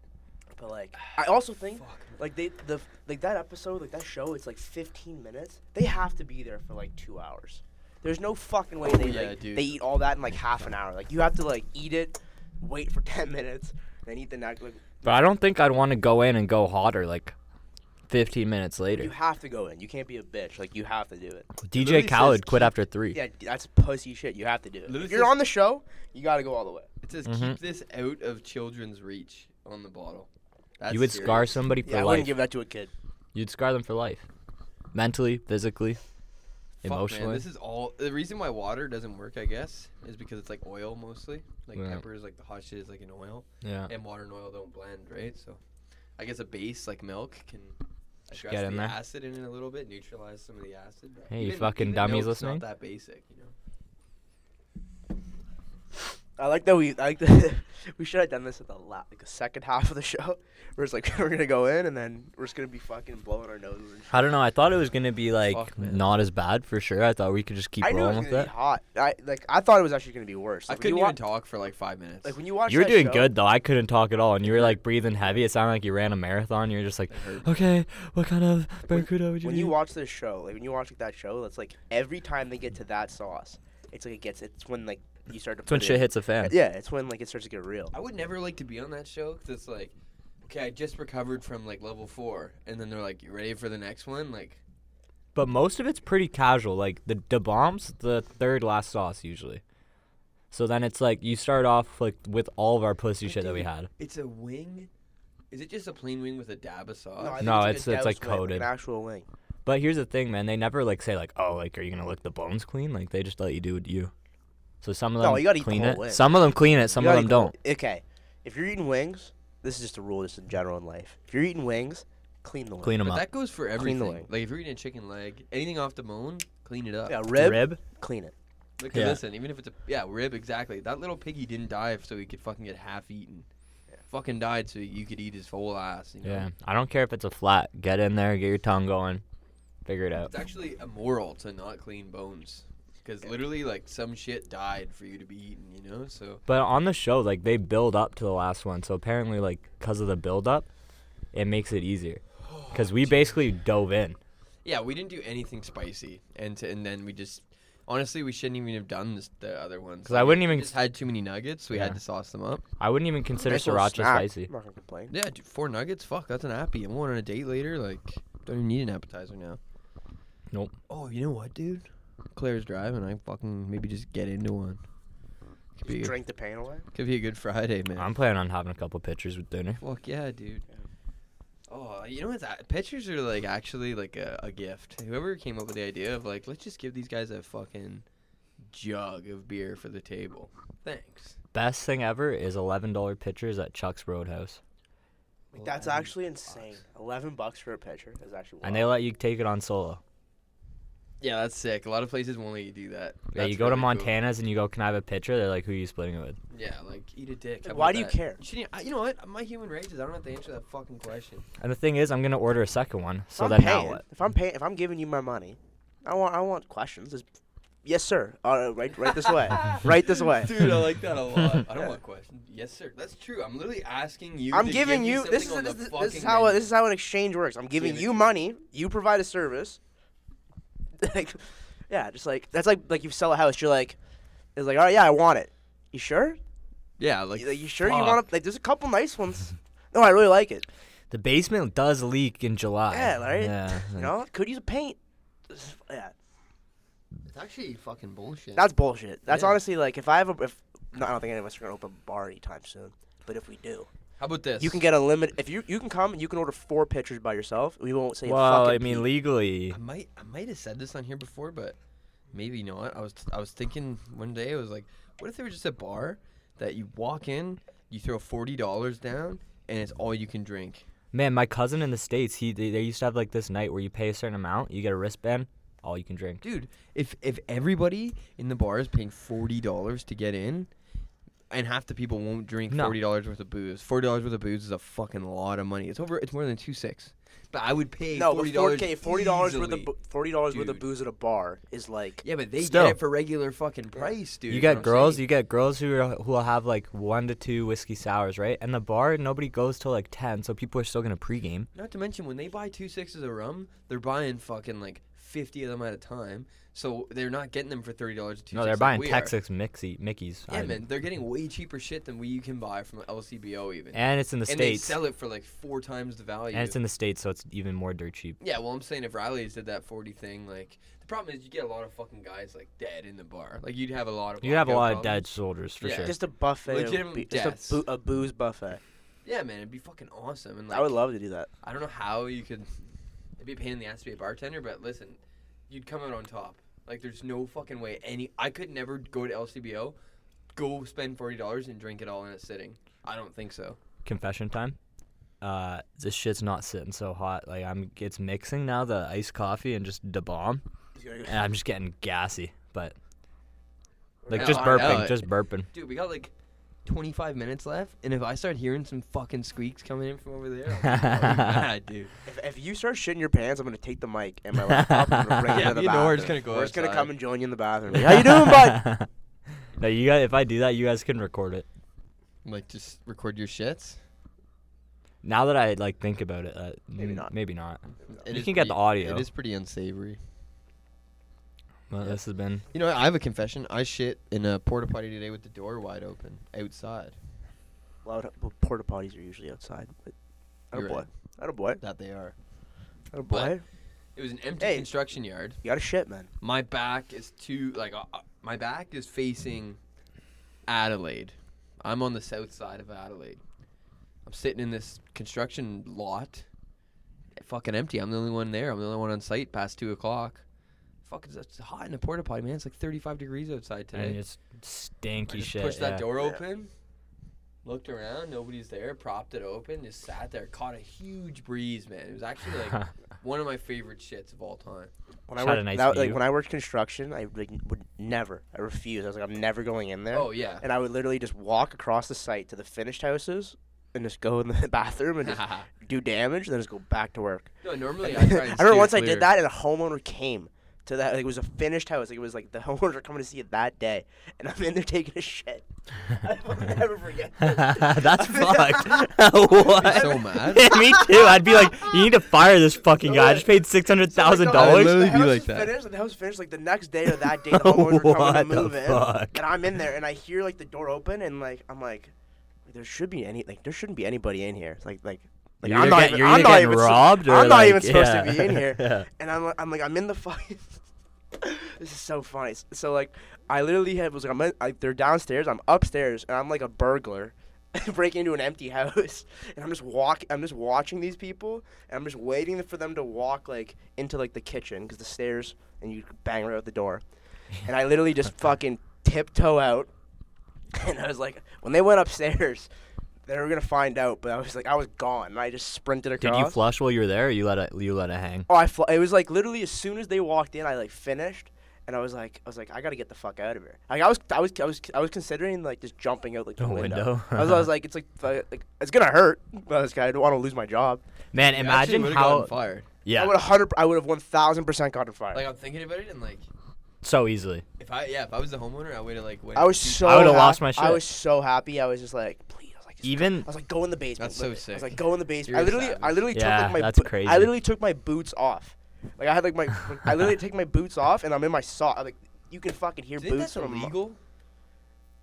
But like, I also think like they the like that episode like that show. It's like 15 minutes. They have to be there for like two hours. There's no fucking way they Oh, yeah, like, dude. they eat all that in like half an hour. Like you have to like eat it, wait for ten minutes, then eat the next. Like, But I don't think I'd want to go in and go hotter like 15 minutes you later. have to go in. You can't be a bitch. Like you have to do it. DJ literally says Khaled quit after three. Yeah, that's pussy shit. You have to do it. Literally If you're says- on the show, you got to go all the way. It says Mhm. keep this out of children's reach on the bottle. That's you would serious. scar somebody for Yeah, I wouldn't life. give that to a kid. You'd scar them for life. Mentally, physically, Fuck, man, emotionally. this is all the reason why water doesn't work, I guess, is because it's like oil mostly. Like Yeah. pepper is like the hot shit is like an oil, yeah. and water and oil don't blend, right? So, I guess a base like milk can Just address get in the there. acid in it a little bit, neutralize some of the acid. but Hey, you fucking dummies milk's listening? Not that basic, you know. I like that we I like that we should have done this at the la- like the second half of the show. We're just like we're gonna go in and then we're just gonna be fucking blowing our noses. And shit. I don't know. I thought it was gonna be like Fuck, man. not as bad for sure. I thought we could just keep I knew it was rolling gonna with be it. hot. I like I thought it was actually gonna be worse. I Like, when couldn't you wa- even talk for like five minutes. Like when you watch, You were that doing show- good though. I couldn't talk at all, and you were like breathing heavy. It sounded like you ran a marathon. You were just like, That hurt. okay, what kind of when- barracuda would you When you need?" watch this show, like when you watch like, that show, that's like every time they get to that sauce, it's like it gets. It's when like you start to. That's when put shit in- hits a fan. Yeah, it's when like it starts to get real. I would never like to be on that show because it's like, okay, I just recovered from like level four, and then they're like, you ready for the next one? Like, But most of it's pretty casual. Like the the bombs, the third last sauce usually. So then it's like you start off like with all of our pussy But shit that we dude, had. It's a wing. Is it just a plain wing with a dab of sauce? I think Uh, No, a it's- it's, like, doused wing, coated. an actual wing. But here's the thing, man. They never like say like, oh, like are you gonna lick the bones clean? Like they just let you do it you. So some of No, them you gotta eat clean the it. whole wing. Some of them clean it. Some You of gotta them eat don't. the- Okay, if you're eating wings, this is just a rule, just in general in life. If you're eating wings, clean the wing. Clean them But up. that goes for Clean everything. the wing. Like if you're eating a chicken leg, anything off the bone, clean it up. Uh, Yeah, The rib, Rib. clean it. Like, Yeah. listen, even if it's a yeah rib, exactly. That little piggy didn't die so he could fucking get half eaten. Fucking died so you could eat his whole ass. You know? Yeah. I don't care if it's a flat. Get in there. Get your tongue going. Figure it out. It's actually immoral to not clean bones. Because literally, like, some shit died for you to be eaten, you know? So, But on the show, like they build up to the last one, so apparently, like because of the build up, it makes it easier. Because we basically dove in. yeah, we didn't do anything spicy. And to, and then we just, honestly, we shouldn't even have done this, the other ones. 'Cause I wouldn't we even- just had too many nuggets. We Yeah. had to sauce them up. I wouldn't even consider Nice little sriracha snack. spicy. I'm not gonna complain. Yeah, dude, four nuggets? Fuck, that's an appy. I'm going on a date later. Like, don't even need an appetizer now. Nope. Oh, you know what, dude? Claire's driving. I fucking maybe just get into one. Could be, Just drink the pain away. could be a good Friday, man. I'm planning on having a couple pictures with dinner. Fuck yeah, dude. Oh, you know what's that? Pictures are like actually like a, a gift. Whoever came up with the idea of like, let's just give these guys a fucking jug of beer for the table. Thanks. Best thing ever is eleven dollar pictures at Chuck's Roadhouse, Like, that's Eleven actually insane. Eleven bucks for a pitcher is actually. and they wild. let you take it on solo. Yeah, that's sick. A lot of places won't let you do that. Yeah, That's you go to really cool. Montana's and you go, "Can I have a picture?" They're like, "Who are you splitting it with?" Yeah, like eat a dick. Like, How why about do you that? care? You, shouldn't- I- you know what? My human rage is I don't have to answer that fucking question. And the thing is, I'm gonna order a second one. If So I'm then paying, now what? If I'm paying, if I'm giving you my money, I want I want questions. It's- yes, sir. Uh, right, right this way. right this way. Dude, I like that a lot. I don't Yeah. want questions. Yes, sir. That's true. I'm literally asking you. I'm to giving give me you. This is something this, on the is- this is fucking how menu. this is how an exchange works. I'm giving Give it you to me. money. You provide a service. like, yeah, just like that's like like you sell a house. You're like, it's like all right, yeah, I want it. You sure? Yeah, like You, like, you sure you fuck. want to? Like, there's a couple nice ones. No, I really like it. The basement does leak in July. Yeah, right? Yeah. You know, could use paint. This- Yeah, It's actually fucking bullshit. That's bullshit. That's Yeah. honestly like if I have a if no, I don't think any of us are gonna open a bar anytime soon. But if we do, How about this? you can get a limit. If you you can come and you can order four pitchers by yourself. We won't say. a Well, I fucking mean, peep. legally, I might. I might have said this on here before, but maybe not. I was. I was thinking one day. I was like, what if there was just a bar that you walk in, you throw forty dollars down, and it's all you can drink. Man, my cousin in the states, he they, they used to have like this night where you pay a certain amount, you get a wristband, all you can drink. Dude, if if everybody in the bar is paying forty dollars to get in, and half the people won't drink No. forty dollars worth of booze, forty dollars worth of booze is a fucking lot of money. It's over. It's more than two six. But I would pay no, forty but four dollars. K, forty dollars worth of booze. bo- forty dollars worth of Dude. booze at a bar is like Yeah, but they Still. get it for regular fucking price, dude. you know what get I'm girls, saying? you get girls who are, who will have like one to two whiskey sours, right? And the bar, nobody goes till like ten, so people are still gonna pregame. Not to mention when they buy two sixes of rum, they're buying fucking like fifty of them at a time, so they're not getting them for thirty dollars. No, they're buying Texas Mixie, Mickey's. Yeah, I- man, they're getting way cheaper shit than we can buy from LCBO even. And it's in the and they states. sell it for like four times the value. And it's in the states, so it's even more dirt cheap. yeah, well, I'm saying if Riley's did that 40 thing, like the problem is you get a lot of fucking guys like dead in the bar. Like you'd have a lot of You have a blackout lot of problems. dead soldiers for Yeah. sure. Just a buffet. Of Legitimate be- just deaths. a, boo- a booze buffet. Yeah, man, it'd be fucking awesome. And like, I would love to do that. I don't know how you could. It'd be a pain in the ass to be a bartender, but listen, you'd come out on top. Like, there's no fucking way any. I could never go to LCBO, go spend forty dollars and drink it all in a sitting. I don't think so. Confession time. Uh, this shit's not sitting so hot. Like I'm, it's mixing now the iced coffee and just da bomb, and I'm just getting gassy. But like No, just I know burping, it. just burping. Dude, we got like 25 minutes left, and if I start hearing some fucking squeaks coming in from over there, I'm gonna be mad, dude. If, if you start shitting your pants, I'm gonna take the mic and my laptop and I'm gonna bring it Yeah, to the you bathroom. know we're just gonna go We're just gonna outside. come and join you in the bathroom. How you doing, bud? bud? no, you guys. If I do that, you guys can record it. Like, just record your shits. Now that I like think about it, uh, Maybe mm, not. Maybe not. It You is can get the audio. It is pretty unsavory. Well, Yeah. this has been. You know, I have a confession. I shit in a porta potty today with the door wide open outside. Loud, well, porta potties are usually outside. But You're atta boy. right. Atta boy. That they are. Atta But- boy. It was an empty Hey. construction yard. You gotta shit, man. My back is to like uh, uh, my back is facing Adelaide. I'm on the south side of Adelaide. I'm sitting in this construction lot, fucking empty. I'm the only one there. I'm the only one on site past two o'clock. Fuck, it's, it's hot in the porta potty, man. It's like 35 degrees outside today. And it's stinky I just shit. pushed that yeah. door Yeah. open, looked around, nobody's there, propped it open, just sat there, caught a huge breeze, man. It was actually like one of my favorite shits of all time. When Shot I worked, a nice that- like view. when I worked construction, I like, would never. I refused. I was like, I'm never going in there. Oh yeah. And I would literally just walk across the site to the finished houses and just go in the bathroom and just do damage, then just go back to work. no, normally I try. I And remember steer once I clear. did that, and a homeowner came to that. Like, it was a finished house. Like, it was like the homeowners were coming to see it that day, and I'm in there taking a shit. I will never forget. this. That's fucked. what? so mad. Yeah, me too. I'd be like, you need to fire this fucking guy. I just paid six hundred So, like, thousand the house- I'd dollars. literally the be house like was that. Finished, and the house was finished like the next day or that day. The homeowners were coming What to the move in, fuck? and I'm in there, and I hear like the door open, and like I'm like, there should be any like there shouldn't be anybody in here. It's like like. Like, You're I'm either not get- even, you're I'm either not getting even, su- robbed or, I'm not like, even supposed to yeah. be in here. Yeah. And I'm, li- I'm like, I'm in the fucking. this is so funny. S- So like, I literally had was like, I'm in, like, they're downstairs, I'm upstairs, and I'm like a burglar, break into an empty house, and I'm just walk, I'm just watching these people, and I'm just waiting for them to walk like into like the kitchen because the stairs, and you bang right out the door, and I literally just fucking tiptoe out, and I was like, when they went upstairs. They were gonna find out, but I was like, I was gone, and I just sprinted Did across. you flush while you were there? Or you let it. You let it hang. Oh, I fl- it was like literally as soon as they walked in, I like finished, and I was like, I was like, I gotta get the fuck out of here. Like I was, I was, I was, I was considering like just jumping out like the The window. window? I, was, I was like, it's like, fu- like it's gonna hurt. But I was like, I don't want to lose my job. Man, You actually imagine would've how. gotten fired. I Yeah, would hundred, I would have one thousand percent gotten fired. Like I'm thinking about it, and like so easily. if I yeah if I was the homeowner, I would have like went. I was deep- so, I would've hap- lost my I shit. was so happy. I was just like, please. I was like, just go- Even- I was like, go in the basement. That's so live it. I sick. was like, go in the basement. You're I a literally, I savage. literally Yeah, took like my, that's boo- I crazy. literally took my boots off. Like I had like my, like, I literally take my boots off, and I'm in my sock. I'm Like you can fucking hear Do you think boots that's from illegal?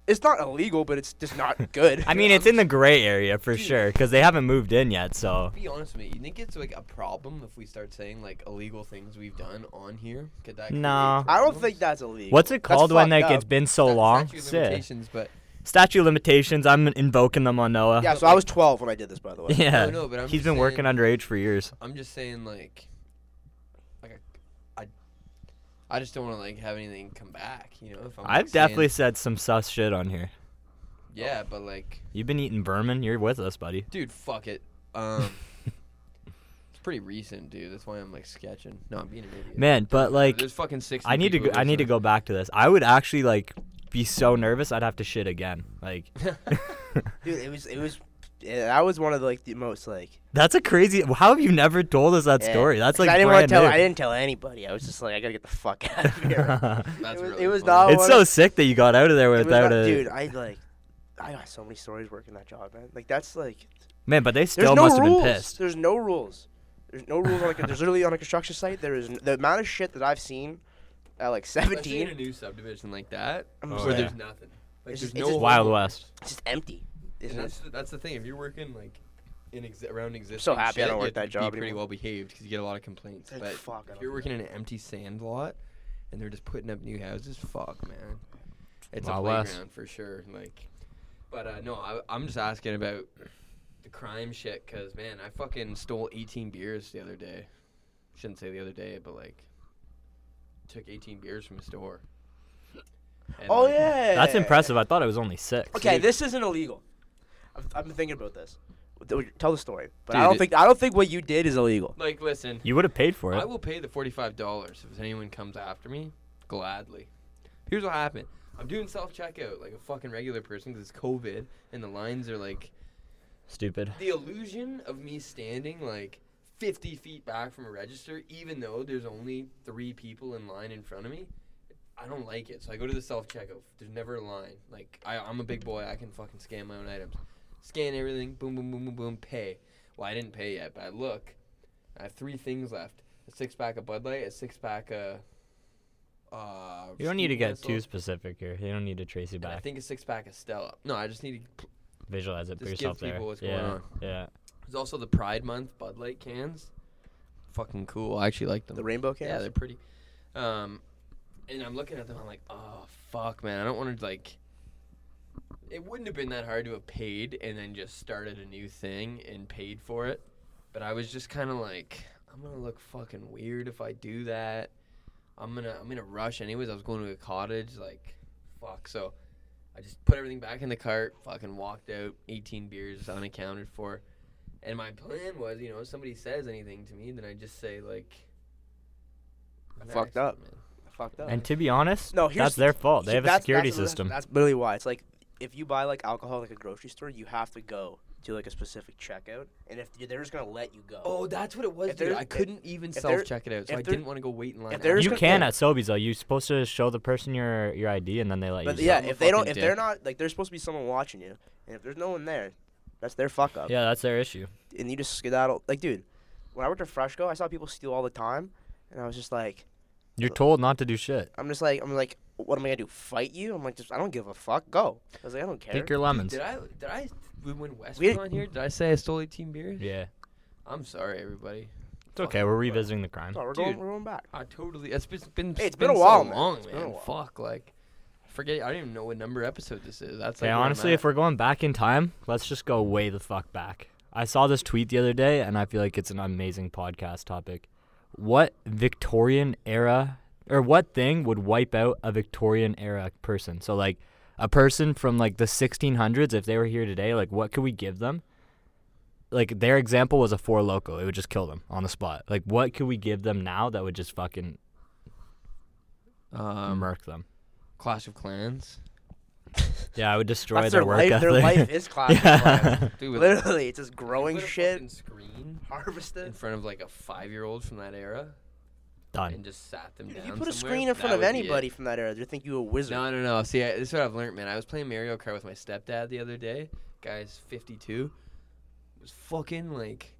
It's not illegal, but it's just not good. I mean, it's in the gray area for sure because they haven't moved in yet. So Be honest with me. You think it's like a problem if we start saying like illegal things we've done on here? Could that? create No. I don't problems? think that's illegal. what's it That's called when fucked like it's up. been so Sta- long? statute of Statue, limitations, but statute of limitations. I'm invoking them on Noah. Yeah, so I was 12 when I did this, by the way. Yeah. No, no, but I'm He's just been working saying- underage for years. I'm just saying like, like a, I, I just don't want to like have anything come back. You know, if I'm I've like, saying- definitely said some sus shit on here. yeah, but like, You've been eating vermin. You're with us, buddy. dude, fuck it. Um, it's pretty recent, dude. That's why I'm like sketching. No, I'm being an idiot. Man, but like, there's fucking six. I need to go, I need to go back to this. I would actually like be so nervous. I'd have to shit again. Like, Dude, it was, it was, yeah, that was one of the, like the most like. that's a crazy. How have you never told us that yeah. story? That's 'Cause like I didn't wanna brand tell, I new. didn't tell anybody. I was just like, I gotta get the fuck out of here. That's It was- really it was funny. not- it's so sick that you got out of there Oh, It was without not- a Dude, I like, I got so many stories working that job, man. Like that's like, man. But they there's still no must have rules. been pissed. There's no rules. There's no rules on like there's literally on a construction site. There is n- the amount of shit that I've seen at like Especially in a 17. new subdivision like that, I'm Oh, where yeah. there's nothing. Like there's It's just- no it's just- wild Wild West. It's just empty. It's And that's just, the, that's the thing. If you're working like in ex- around existing, happy I shit, don't you work have to that Be job pretty anymore. well behaved because you get a lot of complaints. Thank but fuck, if I don't you're do working in an empty sand lot and they're just putting up new houses, fuck man, it's Wild a West. playground for sure. Like, but uh, no, I, I'm just asking about the crime shit because man, I fucking stole 18 beers the other day. Shouldn't say the other day, but like took 18 beers from a store. And, oh like, yeah. That's impressive. I thought it was only six. Okay, this isn't illegal. I've, I've been thinking about this. Th- Tell the story, but I Dude, don't it- think I don't think what you did is illegal. Like, listen. You would have paid for I it. will pay the forty-five dollars if anyone comes after me, gladly. Here's what happened: I'm doing self-checkout like a fucking regular person because it's COVID, and the lines are like Stupid. the illusion of me standing like 50 feet back from a register, even though there's only three people in line in front of me. I don't like it, so I go to the self-checkout. There's never a line. Like I, I'm a big boy, I can fucking scan my own items, scan everything, boom, boom, boom, boom, boom, pay. Well, I didn't pay yet, but I look. I have three things left: a six pack of Bud Light, a six pack of. Uh, You don't need to Steven get Whistle, too specific here. You don't need to trace you and I back. think a six pack of Stella. No, I just need to Visualize it for Just give yourself there. people what's going yeah. on. Yeah. There's also the Pride Month Bud Light cans. Fucking cool. I actually like them. The rainbow cans. yeah, they're pretty. Um, and I'm looking at them. I'm like, oh fuck, man. I don't want to like. It wouldn't have been that hard to have paid and then just started a new thing and paid for it. But I was just kind of like, I'm gonna look fucking weird if I do that. I'm gonna I'm gonna rush anyways. I was going to a cottage, like, fuck. So I just put everything back in the cart, fucking walked out. 18 beers unaccounted for. And my plan was, you know, if somebody says anything to me, then I just say like, I "An fucked accident, up." man." Fucked up. And to be honest, Uh, No, here's that's their fault. They See, have a that's- security that's- that's- system. That's literally why. It's like if you buy like alcohol at like a grocery store, you have to go to like a specific checkout, and if they're just gonna let you go. Oh, that's what it was, If dude. there- I if- couldn't even if there- self check it out, so if I there- didn't want to go wait in line. if there's after. You gonna- can at Sobeys though. You're supposed to show the person your your ID and then they let but you. yeah, I'm a if they don't, fucking if they're dick. not like, there's supposed to be someone watching you, and if there's no one there, that's their fuck up. Yeah, that's their issue. And you just skedaddle. Like, dude, when I worked at Freshco, I saw people steal all the time, and I was just like, You're told not to do shit. I'm just like, I'm like, what am I gonna do? Fight you? I'm like, just I don't give a fuck. Go. I was like, I don't care. Pick your lemons. Did I? Did I? When when Wes We- was on here, did I say I stole 18 beers? Yeah. I'm sorry, everybody. It's okay. We're revisiting the crime. No, we're going, Dude. we're going back. I totally. It's been. been Hey, it's been, been a so while, man. long, It's man. been a while. Fuck, like, I forget. I don't even know what number episode this is. That's like. Okay, where I'm honestly, if at. we're going back in time, let's just go way the fuck back. I saw this tweet the other day, and I feel like it's an amazing podcast topic. What Victorian era, or what thing would wipe out a Victorian era person? So, like, a person from like the 1600s, if they were here today, like, what could we give them? Like, their example was a four local; it would just kill them on the spot. Like, what could we give them now that would just fucking um, murk them? Clash of Clans, Yeah, I would destroy That's their, their work life. ethic. Their life is classic. Yeah. dude, with Literally, it's just growing put a fucking shit, Screen in harvested. front of like a five-year-old from that era, Done. and just sat them Dude, down. if you put a somewhere, screen in that front of would be it. anybody from that era, they think you a wizard. No, no, no. See, I, this is what I've learned, man. I was playing Mario Kart with my stepdad the other day. Guy's 52. Was fucking like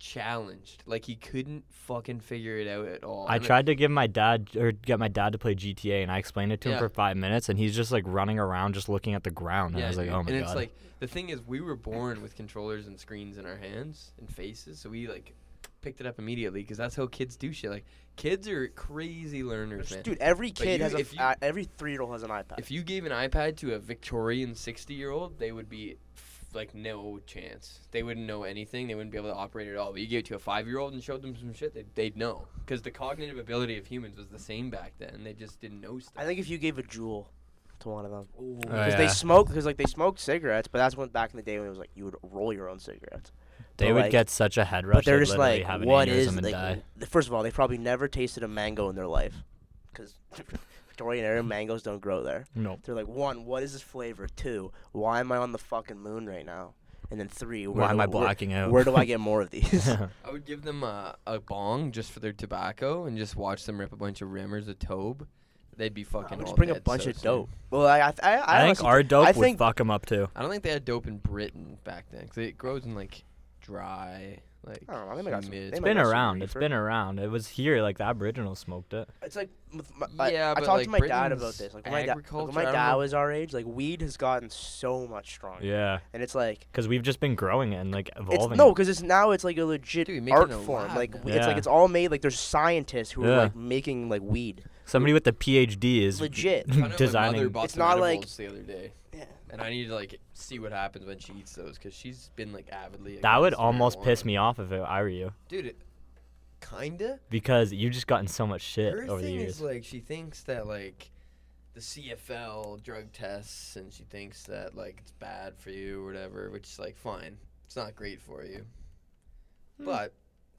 challenged. Like he couldn't fucking figure it out at all. I And, like, tried to give my dad or get my dad to play GTA, and I explained it to Yeah. him for five minutes, and he's just like running around, just looking at the ground. And I was like, dude. "Oh my and god!" it's like the thing is, we were born with controllers and screens in our hands and faces, so we like picked it up immediately because that's how kids do shit. Like kids are crazy learners, man. Dude, every But kid you- has a, if you- uh, every three year old has an iPad. If you gave an iPad to a Victorian 60 year old, they would be f- like no chance. They wouldn't know anything. They wouldn't be able to operate at all. But you gave it to a five year old and showed them some shit, they'd, they'd know. Because the cognitive ability of humans was the same back then. They just didn't know stuff. I think if you gave a jewel to one of them, Oh, because yeah. they smoke, because like they smoked cigarettes, but that's when back in the day when it was like you would roll your own cigarettes. they but, would like- get such a head rush. but they're they'd just literally like, have an what aneurysm is and like? die. w- First of all, they probably never tasted a mango in their life, because Victorian era mangoes don't grow there. No. They're like, one, what is this flavor? Two, why am I on the fucking moon right now? And then three, where Why do am I- I where- blacking out? Where do I get more of these? I would give them a, a bong just for their tobacco and just watch them rip a bunch of Rimmers of Tobe. They'd be I fucking would all just bring a dead bunch so of soon. dope. Well, I I, I, I, think honestly- our dope I would think fuck them up too. I don't think they had dope in Britain back then because it grows in like dry Like I don't know. They might got some- humid. It's they It's might been got some around. It's reefer. been around. It was here. Like the Aboriginals smoked it. It's like with my, my- Yeah, I but, talked like, to my dad about Britain's this. Like when my, da- like, when agriculture, I my don't dad know. was our age, like weed has gotten so much stronger. Yeah, And it's like because we've just been growing it and like Oh, it's evolving. it. no, because it's now it's like a legit Dude, making art a form. lab Like now. w- it's like Yeah. it's all made. Like there's scientists who Yeah. are like making like weed. somebody with a PhD is Legit. I know My mother designing. bought It's some not like- edibles the other day, and I need to like see what happens when she eats those because she's been like avidly. That would against almost piss marijuana. me off if it, I were you, dude. It, kinda. because you've just gotten so much shit Her over the thing years. is like she thinks that like the CFL drug tests, and she thinks that like it's bad for you or whatever, which is like fine, it's not great for you. Hmm. But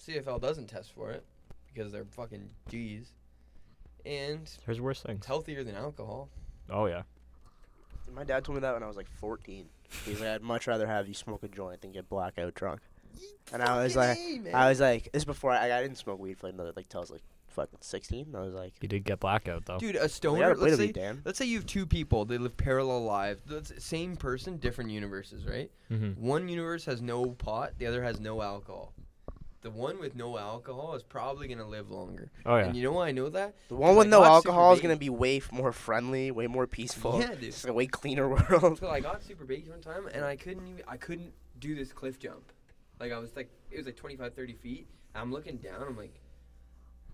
CFL doesn't test for it because they're fucking G's, and There's worse things. it's healthier than alcohol. Oh yeah. My dad told me that when I was like 14. He's like, I'd much rather have you smoke a joint than get blackout drunk. And I was like, I was like, this is before I, I didn't smoke weed for another like till I was like fucking 16. I was like, You did get blackout though. dude, a we stoner. gotta play Let's to say, weed, Dan. let's say you have two people. They live parallel lives. Let's, same person, different universes, right? hmm One universe has no pot, the other has no alcohol. The one with no alcohol is probably gonna live longer. Oh yeah. And you know why I know that? The one with I no got alcohol is Super gonna be way f- more friendly, way more peaceful. Yeah, dude. It's a way cleaner world. So I got super baked one time, and I couldn't even I couldn't do this cliff jump. Like I was like it was like 25, 30 feet. and I'm looking down. I'm like,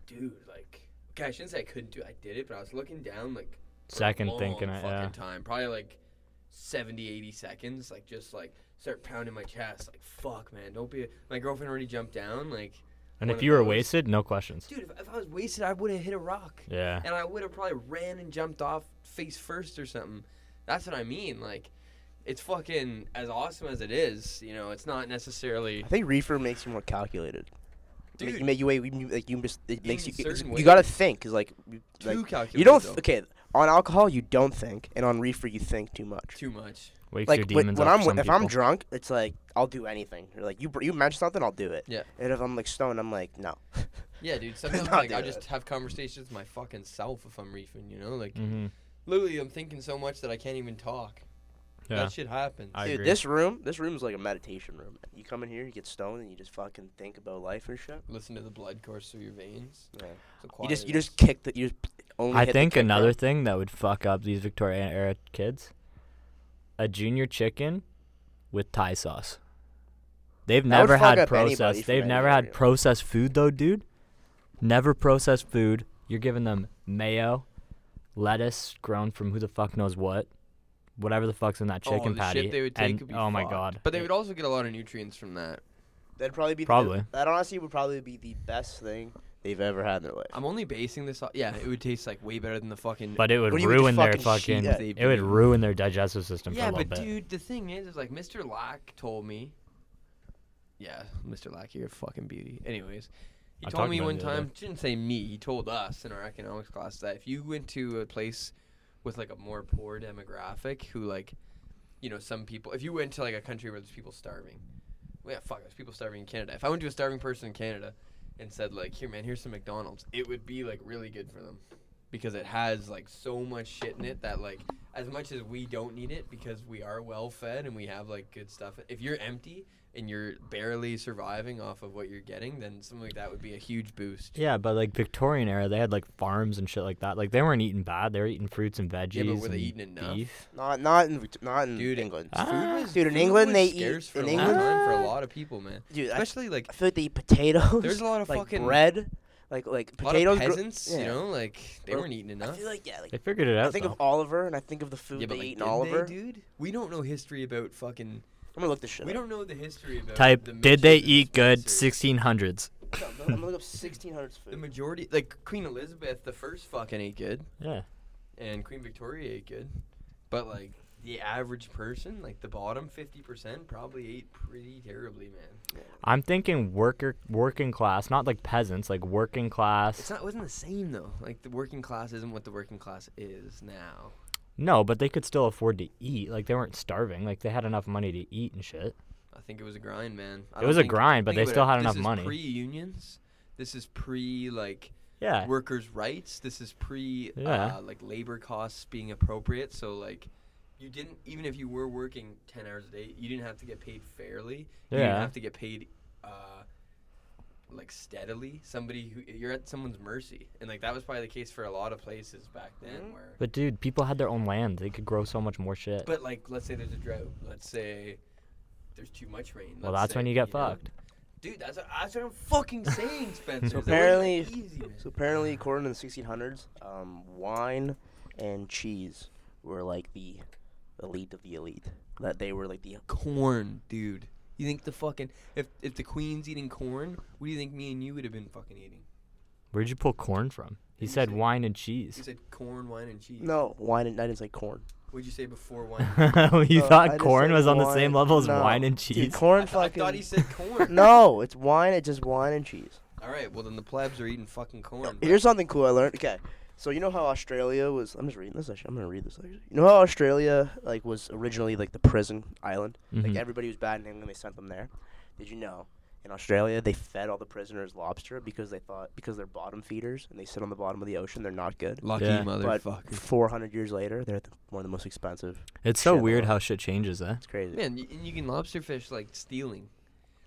dude, like okay, I shouldn't say I couldn't do. it. I did it, but I was looking down like for a Second long thinking it, fucking yeah. time, probably like 70, 80 seconds. Like just like start pounding my chest. Like fuck, man, don't be. My girlfriend already jumped down. Like And one if of you were those. wasted, no questions. dude, if, if I was wasted, I would have hit a rock. Yeah. And I would have probably ran and jumped off face first or something. That's what I mean. Like, it's fucking as awesome as it is. You know, it's not necessarily. I think reefer makes you more calculated. Dude, Dude. you make you way you- like you just it makes you In it's- certain you gotta ways. think because like you- Too like calculated. you don't though. th- okay on alcohol you don't think and on reefer you think too much. Too much. Wakes like your when, demons when up I'm for wi- some if I'm people. drunk, it's like I'll do anything. Or, like you br- you mention something, I'll do it. Yeah. And if I'm like stoned, I'm like no. Yeah, dude. Sometimes Not like do I that. just have conversations with my fucking self if I'm reefing. You know, like Mhm. literally, I'm thinking so much that I can't even talk. Yeah. That shit happens. I Dude, agree. this room this room is like a meditation room. You come in here, you get stoned, and you just fucking think about life and shit. Listen to the blood course through your veins. Yeah. It's a You just you quiet- just kick the you just only. I hit the think kick another drum. thing that would fuck up these Victorian era kids, a junior chicken with Thai sauce. They've That would never fuck had up anybody processed. from They've any never had area. processed food though, dude. Never processed food. You're giving them mayo, lettuce grown from who the fuck knows what, whatever the fuck's in that Oh, chicken the patty. Shit they would take and- would be oh my fucked. god. But they It- would also get a lot of nutrients from that. That'd probably be the- Probably. that honestly would probably be the best thing they've ever had in their life. I'm only basing this off. Yeah, it would taste like way better than the fucking. But it would What do you mean the ruin their fucking shit? fucking. They It would do. ruin their digestive system yeah, for a but little bit. dude, the thing is, is like Mr. Lack told me. Yeah, Mr. Lack, you're a fucking beauty. Anyways, he I told talked me about one him the other time. day. Didn't say me. He told us in our economics class that if you went to a place with like a more poor demographic, who like, you know, some people. If you went to like a country where there's people starving, well, yeah, fuck, there's people starving in Canada. If I went to a starving person in Canada and said like, here, man, here's some McDonald's, it would be like really good for them because it has like so much shit in it that like as much as we don't need it because we are well fed and we have like good stuff if you're empty and you're barely surviving off of what you're getting then something like that would be a huge boost Yeah, but like Victorian era, they had like farms and shit like that. Like they weren't eating bad; they were eating fruits and veggies. yeah but were they and eating enough Beef. Not not in Vict- not in Dude, Hmm. England. Ah. was- Dude, in food England, was they eat- scarce for in a long England- time for a lot of people man Dude, I, especially like I feel like they eat potatoes. There's a lot of like fucking- bread, like like a lot of potatoes. gro- peasants you yeah. know like they Bro, weren't eating I enough feel like yeah, like They figured it I out. think of though. Oliver and I think of the food yeah, but they like, eat in did Oliver. they, dude? We don't know history about fucking. I'm gonna look this shit We up. don't know the history about. Type: the Did they Mitches and eat good? Spencers. Sixteen hundreds. No, I'm gonna- I'm gonna look up 1600s The food. majority, like Queen Elizabeth the first, fucking ate good, Yeah. and Queen Victoria ate good, but like the average person, like the bottom fifty percent, probably ate pretty terribly, man. I'm thinking worker, working class, not like peasants, like working It's class. not it wasn't the same though. Like the working class isn't what the working class is now. No, but they could still afford to eat. Like they weren't starving. Like they had enough money to eat and shit. I think it was a grind, man. I It don't was a think- grind, but think they about still had this enough is money. Pre-unions. This is pre like Yeah. workers' rights. This is pre Yeah. uh, like labor costs being appropriate. So like you didn't even if you were working ten hours a day, you didn't have to get paid fairly. Yeah. You didn't have to get paid uh, like steadily somebody who you're at someone's mercy and like that was probably the case for a lot of places back then Mhm. where But dude, people had their own land. They could grow so much more shit. but like let's say there's a drought let's say there's too much rain well, let's that's when say, you get know? fucked. dude that's what, that's what i'm fucking saying So spencer That wasn't apparently- easy, man. So apparently, according to the 1600s, um, wine and cheese were like the elite of the elite. That they were like the corn dude you think the fucking if if the queen's eating corn what do you think me and you would have been fucking eating Where'd you pull corn from? He You said said- wine and you cheese. said corn wine and cheese no wine and I didn't say corn. what'd you say before wine and cheese? you No, Oh, I thought just corn said was on the same wine. level as No. wine and Dude, cheese? corn I, th- I fucking. thought he said corn no, it's wine. It's just wine and cheese. all right well then the plebs are eating fucking corn bro. Here's something cool I learned. Okay, so you know how Australia was? I'm just reading this. Actually, I'm gonna read this. Actually, you know how Australia like was originally like the prison island. Like Mhm. everybody was bad in England, they sent them there. Did you know? In Australia, they fed all the prisoners lobster because they thought because they're bottom feeders and they sit on the bottom of the ocean, they're not good. lucky Yeah. But motherfucker 400 years later, they're the, one of the most expensive. It's so Shit, I weird love how shit changes, eh? It's crazy. Man, y- and you can lobster fish like stealing,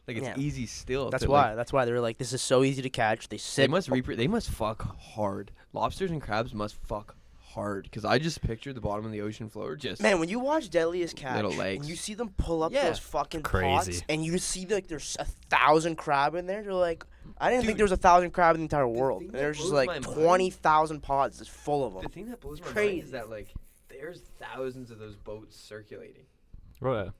like it's Yeah. easy still. That's to, why. like- that's why they were like, this is so easy to catch. They sit. they must repro- They must fuck hard. Lobsters and crabs must fuck hard. Cause I just pictured the bottom of the ocean floor just. Man, when you watch Deadliest Catch, Little and legs. you see them pull up Yeah. those fucking pots, Crazy. and you see like there's a thousand crab in there, you're like, I didn't think Dude, there was a thousand crab in the entire world. thing And that there's just blows my like mind- twenty thousand pots just full of them. the thing that blows my mind Crazy. is that like there's thousands of those boats circulating, Bro,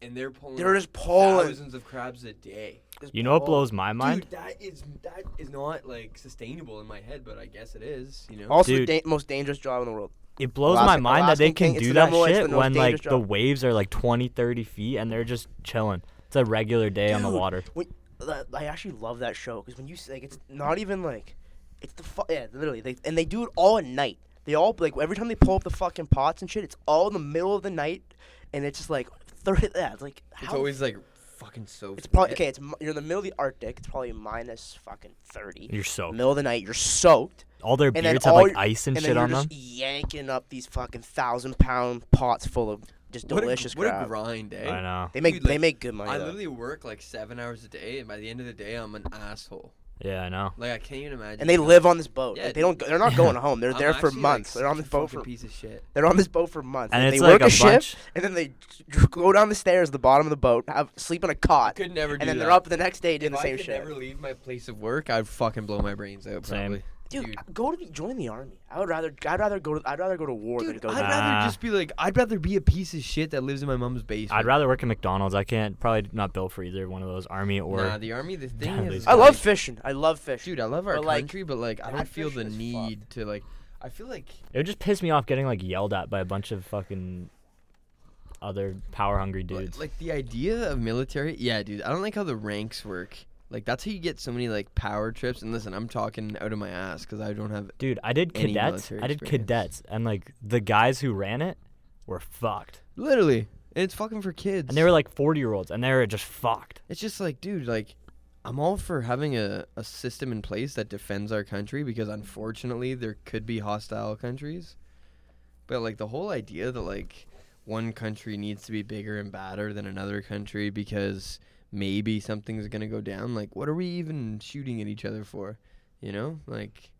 and they're pulling. They're just pulling. thousands of crabs a day. Just you know what pull. blows my mind? Dude, that is that is not like sustainable in my head, but I guess it is. You know. Also, the Dude. da- most dangerous job in the world. It blows my Alaskan- mind that they Alaskan can king, it's do the that number one- it's shit the most when like dangerous the job. waves are like 20, 30 feet and they're just chilling. It's a regular day on the Dude, water. When, that- I actually love that show because when you s- like, it's not even like, it's the fu- yeah, literally. They, and they do it all at night. They all like every time they pull up the fucking pots and shit. It's all in the middle of the night, and it's just like thirty. Yeah, it's like it's how- always like fucking so. It's probably wet. okay. It's mi- you're in the middle of the Arctic. It's probably minus fucking thirty. You're soaked. Middle of the night, you're soaked, All their and then beards have all like your- ice and, and shit then on you're them. just yanking up these fucking thousand pound pots full of just What a- delicious what a, crab. grind, eh? I know. they make Dude, they like, make good money. I though. literally work like seven hours a day, and by the end of the day, I'm an asshole. Yeah, I know. Like I can't even imagine. and they live on this boat. Yeah, Like, they don't. go- They're not Yeah. going home. They're I'm there for actually, like, months. they're on such this a boat fucking for. piece of shit. They're on this boat for months. And Like, it's they like work a a shift, bunch- and then they go down the stairs at the bottom of the boat, have sleep on a cot, Could never do and then that. they're up the next day If doing the I same could shit. never leave my place of work, I'd fucking blow my brains out. Same. Probably. Dude, Dude. go to the, join the army. I would rather. I'd rather go. To, I'd rather go to war than Dude, go. I'd to that. rather Nah. just be like, I'd rather be a piece of shit that lives in my mom's basement. I'd rather work at McDonald's. I can't probably not built for either one of those army or Nah, the army. The thing Yeah, is, they- is I love like- fishing. I love fishing. Dude, I love our but, like, country, but like, I don't feel the catfish is need to like. I feel like It would just piss me off getting like yelled at by a bunch of fucking other power hungry Li- dudes. Like the idea of military, yeah, dude. I don't like how the ranks work. Like that's how you get so many like power trips. And listen, I'm talking out of my ass because I don't have. Dude, I did Any cadets. military I did experience. cadets, and like the guys who ran it were fucked, Literally, and it's fucking for kids. and they were like forty year olds, and they were just fucked. It's just like, dude, like. I'm all for having a, a system in place that defends our country because unfortunately there could be hostile countries. But like the whole idea that like one country needs to be bigger and badder than another country because maybe something's gonna go down. Like, what are we even shooting at each other for? You know, like,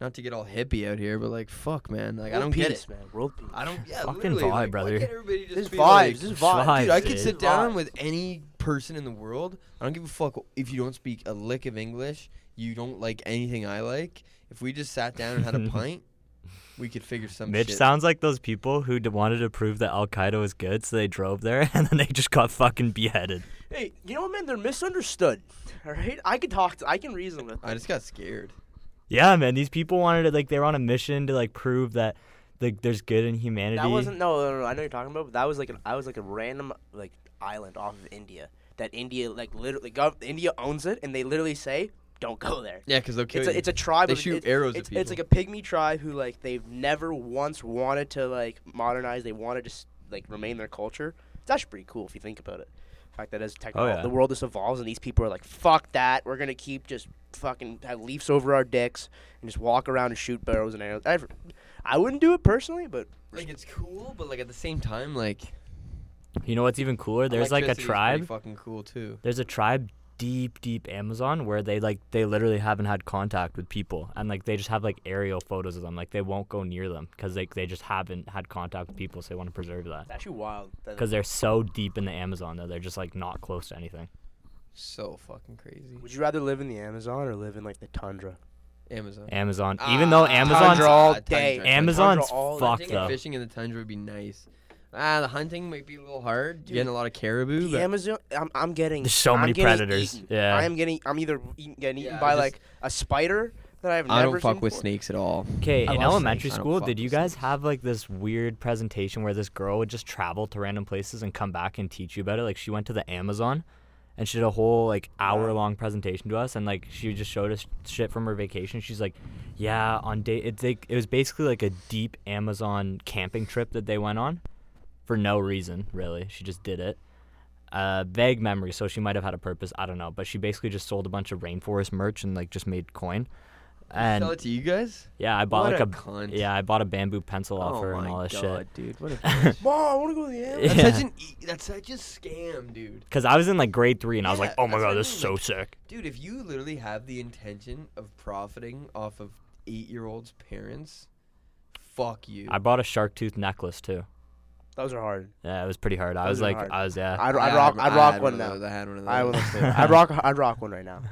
not to get all hippie out here, but like, fuck, man. Like, I don't peace, get it. man. World peace. I don't. Yeah, Fucking literally, vibe, like, why brother. can't everybody just This be vibes. like- this vibes. Dude, Vibes, I could dude. sit down Vibes. with any person in the world. I don't give a fuck if you don't speak a lick of English. You don't like anything I like. If we just sat down and had a pint, we could figure some Mitch shit. sounds like those people who d- wanted to prove that Al Qaeda was good, so they drove there, and then they just got fucking beheaded. Hey, you know what, man? They're misunderstood. All right, I can talk. To, I can reason with. I just got scared. Yeah, man, these people wanted to like they were on a mission to like prove that like there's good in humanity. That wasn't no, no, no, no. I know you're talking about, but that was like an. I was like a random like island off of India. That India like literally, gov- India owns it, and they literally say, "Don't go there." Yeah, because they'll kill It's you. a, it's a tribe. They of, shoot it's, arrows at it's, It's like people. a pygmy tribe who like they've never once wanted to like modernize. They wanted to s- like remain their culture. It's actually pretty cool if you think about it. The fact that as Oh, technology, yeah. the world just evolves, and these people are like, "Fuck that! We're gonna keep just fucking have leaves over our dicks and just walk around and shoot barrels and arrows." I, I wouldn't do it personally, but like it's cool, but like at the same time, like You know what's even cooler? There's like a electricity is pretty tribe. Fucking cool too. There's a tribe deep, deep Amazon where they like they literally haven't had contact with people, and like they just have like aerial photos of them. Like they won't go near them because like they just haven't had contact with people, so they want to preserve It's that actually wild. that- because they're so deep in the Amazon that they're just like not close to anything. So fucking crazy. Would you rather live in the Amazon or live in like the tundra? Amazon. Amazon, even though Ah, Amazon's tundra all day. tundra, Amazon's all day. I fucked think though. fishing in the tundra would be nice. Ah, the hunting might be a little hard. Getting a lot of caribou, The but Amazon, I'm, I'm getting. There's so I'm many getting predators. eaten. Yeah. I am getting. I'm either eaten, getting eaten Yeah, by just- like a spider that I've never I don't fuck seen with before. snakes at all. Okay, I in love elementary snakes. I don't school, fuck did you with guys snakes. have like this weird presentation where this girl would just travel to random places and come back and teach you about it? Like she went to the Amazon and she did a whole like hour long presentation to us and like she just showed us shit from her vacation. She's like, "Yeah, on day it's like it was basically like a deep Amazon camping trip that they went on for no reason, really. She just did it." Uh, vague memory, so she might have had a purpose. I don't know, but she basically just sold a bunch of rainforest merch and like just made coin. And Sell it to you guys. yeah, I bought What like a a, b- cunt. yeah, I bought a bamboo pencil off oh her my and all that god, shit. dude! What a bitch. Mom, I want to go to the Amazon. Yeah. that's such an e- that's such a scam, dude. Cause I was in like grade three and I was like, Yeah, oh my that's what I god, this is mean, so sick. Dude, if you literally have the intention of profiting off of eight-year-olds' parents, fuck you. I bought a shark tooth necklace too. Those are hard. Yeah, it was pretty hard. I Those was are like, hard. I was yeah. I'd, I I'd had rock. one- I'd I rock had one of now. those, I had one of those. I would. I'd rock. I'd rock one right now.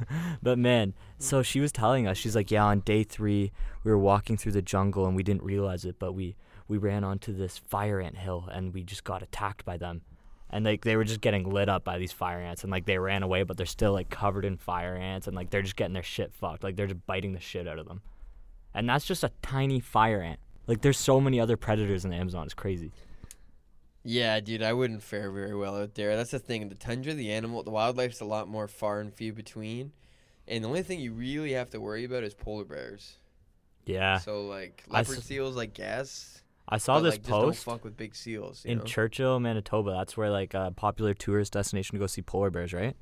But man, so she was telling us, she's like, yeah, on day three, we were walking through the jungle and we didn't realize it, but we we ran onto this fire ant hill and we just got attacked by them, and like they were just getting lit up by these fire ants and like they ran away, but they're still like covered in fire ants and like they're just getting their shit fucked, like they're just biting the shit out of them, and that's just a tiny fire ant. Like there's so many other predators in the Amazon, it's crazy. Yeah, dude, I wouldn't fare very well out there. That's the thing. The tundra, the animal, the wildlife's a lot more far and few between. And the only thing you really have to worry about is polar bears. Yeah, So like I leopard s- seals, I guess. I saw but, this like, post. Just don't fuck with big seals. You in know? Churchill, Manitoba. That's where like a popular tourist destination to go see polar bears, right?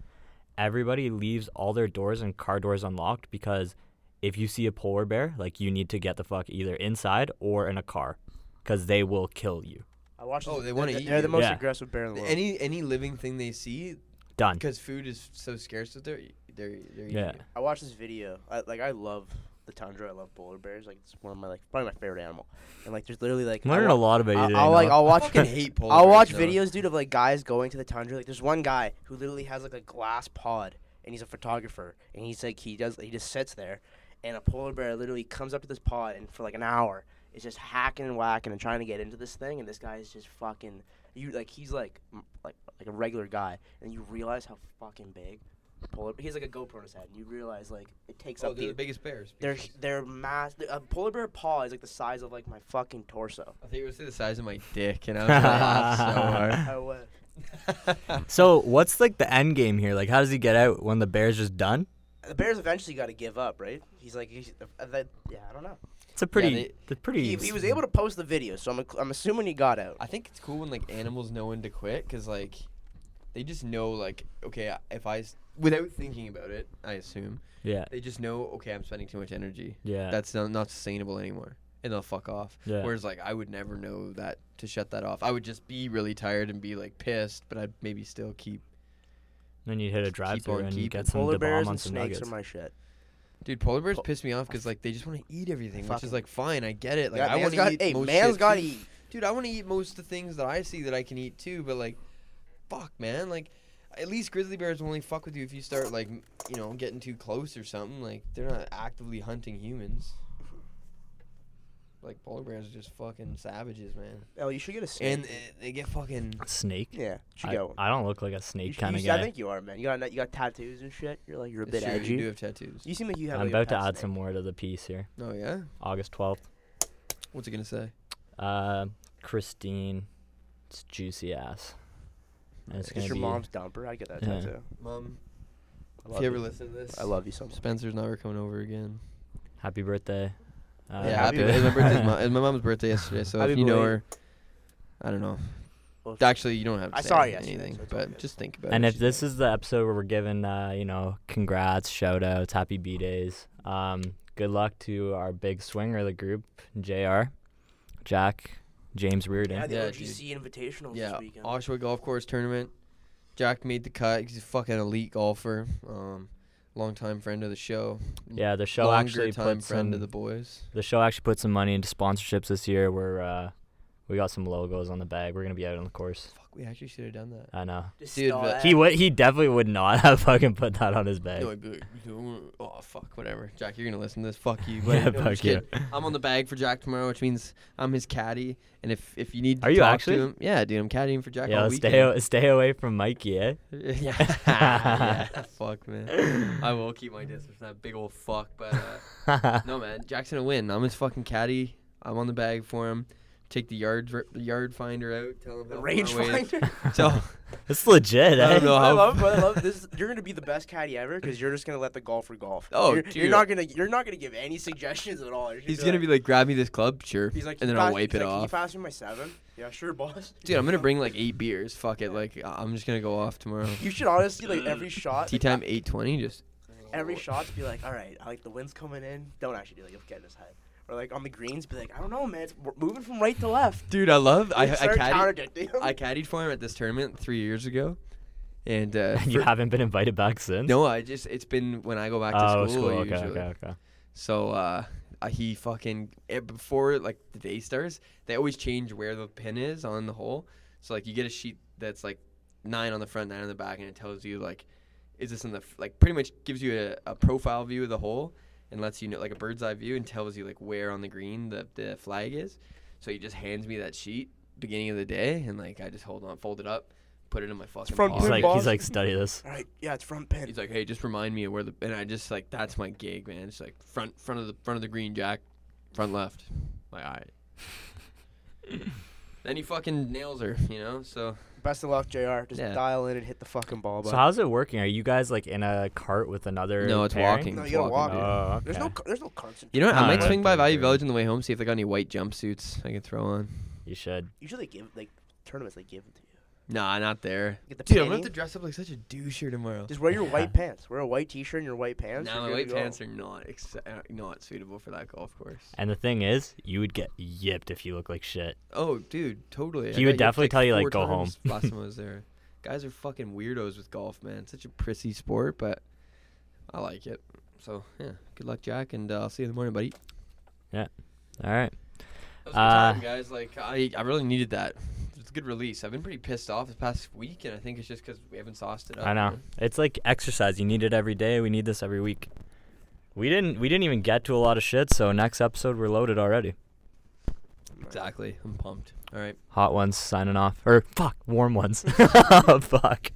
Everybody leaves all their doors and car doors unlocked because if you see a polar bear, like you need to get the fuck either inside or in a car because they will kill you. I watched. Oh, this- they wanna they're- eat They're the you. most Yeah. aggressive bear in the world. any any living thing they see, Done. because food is so scarce that they're they're, they're eating Yeah. it. I watched this video. I, like I love the tundra. I love polar bears. Like it's one of my like probably my favorite animal. And like there's literally like I'm I learning wa- a lot about you I- today. I'll like Noah. I'll I watch fucking hate polar I'll bears, watch Noah. videos, dude, of like guys going to the tundra. Like, there's one guy who literally has like a glass pod, and he's a photographer, and he's like, he does, he just sits there, and a polar bear literally comes up to this pod, and for like an hour, is just hacking and whacking and trying to get into this thing, and this guy is just fucking, you like, he's like, m- like, like a regular guy, and you realize how fucking big, polar, he's like a GoPro on his head, and you realize like it takes Oh, up they're the, the biggest bears. they're species. they're mass, a polar bear paw is like the size of like my fucking torso. I think it was the size of my dick, and I was like, "Ah, I was. so hard. so what's like the end game here? Like how does he get out when the bear's just done? The Bears eventually got to give up, right? He's like, he's, uh, that, yeah, I don't know. It's a pretty, they- the pretty. He, he was able to post the video, so I'm, ac- I'm assuming he got out. I think it's cool when like animals know when to quit because like they just know like okay I- if I s- without thinking about it I assume Yeah. they just know okay I'm spending too much energy Yeah. that's not, not sustainable anymore and they'll fuck off Yeah. whereas like I would never know that to shut that off I would just be really tired and be like pissed but I'd maybe still keep then you hit a drive through on and you keeping- get some Polar DeBomb bears on and some snakes nuggets. are my shit. dude polar bears Po- piss me off because like they just want to eat everything which Fucking- is like fine I get it like God, I man's want got, to eat hey, most man's shit, got to too. eat. dude, I want to eat most of the things that I see that I can eat too, but like, fuck, man, like, at least grizzly bears will only fuck with you if you start like, m- you know, getting too close or something. Like, they're not actively hunting humans. Like polar bears are just fucking savages, man, Oh, you should get a snake. and they, they get fucking. Snake. yeah, you should I, get one. I don't look like a You snake should- kind you of should- guy. I think you are, man. You got you got tattoos and shit. You're like you're a bit It's true, edgy. You do You, have tattoos. seem like you have. I'm like, a about to pet add snake. some more to the piece here. Oh yeah, August 12th. what's it gonna say? Uh, Christine, it's juicy ass. And it's It's gonna your be- mom's dumper. I get that Yeah. tattoo. Mom, I if you love you. ever listen to this, I love you so much. Spencer's never coming over again. Happy birthday. Uh, yeah, happy, happy birthday. birthday. my birthday's my, it's my mom's birthday yesterday, so Happy if you know belated- her, I don't know. Well, Actually, you don't have to I say saw her yesterday, anything, so it's all but good. just think about and it. if this is the episode where we're giving, uh, you know, congrats, shout outs, happy B days. Um, good luck to our big swinger of the group, JR, Jack, James Reardon. yeah, the Yeah, OGC invitationals yeah, this weekend. Oh, Oshawa Golf Course Tournament, Jack made the cut. He's a fucking elite golfer. Um, longtime friend of the show. Yeah, the show Longer actually time put friend some of the boys. the show actually put some money into sponsorships this year. We're uh, we got some logos on the bag. We're gonna be out on the course. Fuck, we actually should have done that. I know. Just Dude, but- He would. He definitely would not have fucking put that on his bag. No, I'd be like, "No, oh fuck, whatever. Jack, you're gonna listen to this. Fuck you. Yeah, buddy." No, I'm just fuck you. kidding. I'm on the bag for Jack tomorrow, which means I'm his caddy. And if if you need, to Are you talk actually? To him, yeah, dude, I'm caddying for Jack yeah, all stay weekend. o- stay away from Mikey, eh? yeah. yeah, fuck man. I will keep my distance from that big old fuck, but uh, no man, Jack's gonna win. I'm his fucking caddy. I'm on the bag for him. Take the yard the yard finder out. Tell him the how far range away it is. finder. So it's legit, I eh? don't know I how. love, I love this. You're gonna be the best caddy ever because you're just gonna let the golfer golf. Oh, you're, dude. you're not gonna, you're not gonna give any suggestions at all. You're just He's gonna be like, grab me this club, sure, he's like, and "Can then you I'll pass- wipe he's it like, Can you off. pass me my seven? Yeah, sure, boss. Dude, I'm gonna bring like eight beers. Fuck it, like I- I'm just gonna go off tomorrow. You should honestly like every shot. Tea like, time eight twenty. Just Uh, Every shot be like, all right, I like the wind's coming in. Don't actually do like I'm getting his head. Or like on the greens, be like, I don't know, man. It's, we're moving from right to left. dude, I love. I, I Start caddied. counterdicting. I caddied for him at this tournament three years ago, and uh, And you for- haven't been invited back since. no, I just it's been when I go back to Oh, school, school. Okay, usually. okay, okay. So uh, uh, he fucking eh, before like the day starts, they always change where the pin is on the hole. So like you get a sheet that's like nine on the front, nine on the back, and it tells you like, is this in the f- like pretty much gives you a, a profile view of the hole and lets you know like a bird's eye view and tells you like where on the green the the flag is. So he just hands me that sheet beginning of the day, and like I just hold on, fold it up, put it in my fucking front He's pocket. like, pin, boss. he's like, study this. All right, yeah, it's front pin. He's like, hey, just remind me of where the and I just like that's my gig, man. It's like front front of the front of the green, Jack, front left. Like, all right. then he fucking nails her, you know. So Best of luck, Jr. Just Yeah. dial in and hit the fucking ball. So bud. how's it working? Are you guys like in a cart with another? no, it's pairing? walking. No, it's you gotta walking, walk. dude. Oh, okay. There's no, car- there's no cards. In You know what? Ah, Uh, I might right. swing by Value Right. Village on the way home, see if they got any white jumpsuits I can throw on. you should. Usually, they give like tournaments, they give them to you. Nah, not there. You Get the Dude, I'm gonna have penny. to dress up like such a doucher tomorrow. Just wear your white pants. Wear a white T-shirt and your white pants. Now you're my good white to go. pants are not ex- uh, not suitable for that golf course. And the thing is, you would get yipped if you look like shit. Oh, dude, He totally. I would got yipped, definitely tell you, like, four go home. times Last time I was there, guys are fucking weirdos with golf, man. It's such a prissy sport, but I like it. So yeah, good luck, Jack, and uh, I'll see you in the morning, buddy. All right. That was a Uh, good time, guys. Like I, I really needed that. It's a good release. I've been pretty pissed off this past week, and I think it's just because we haven't sauced it up. I you know. It's like exercise. You need it every day. We need this every week. We didn't. We didn't even get to a lot of shit. So next episode, we're loaded already. Exactly. I'm pumped. All right. Hot ones signing off. Or fuck, warm ones. fuck.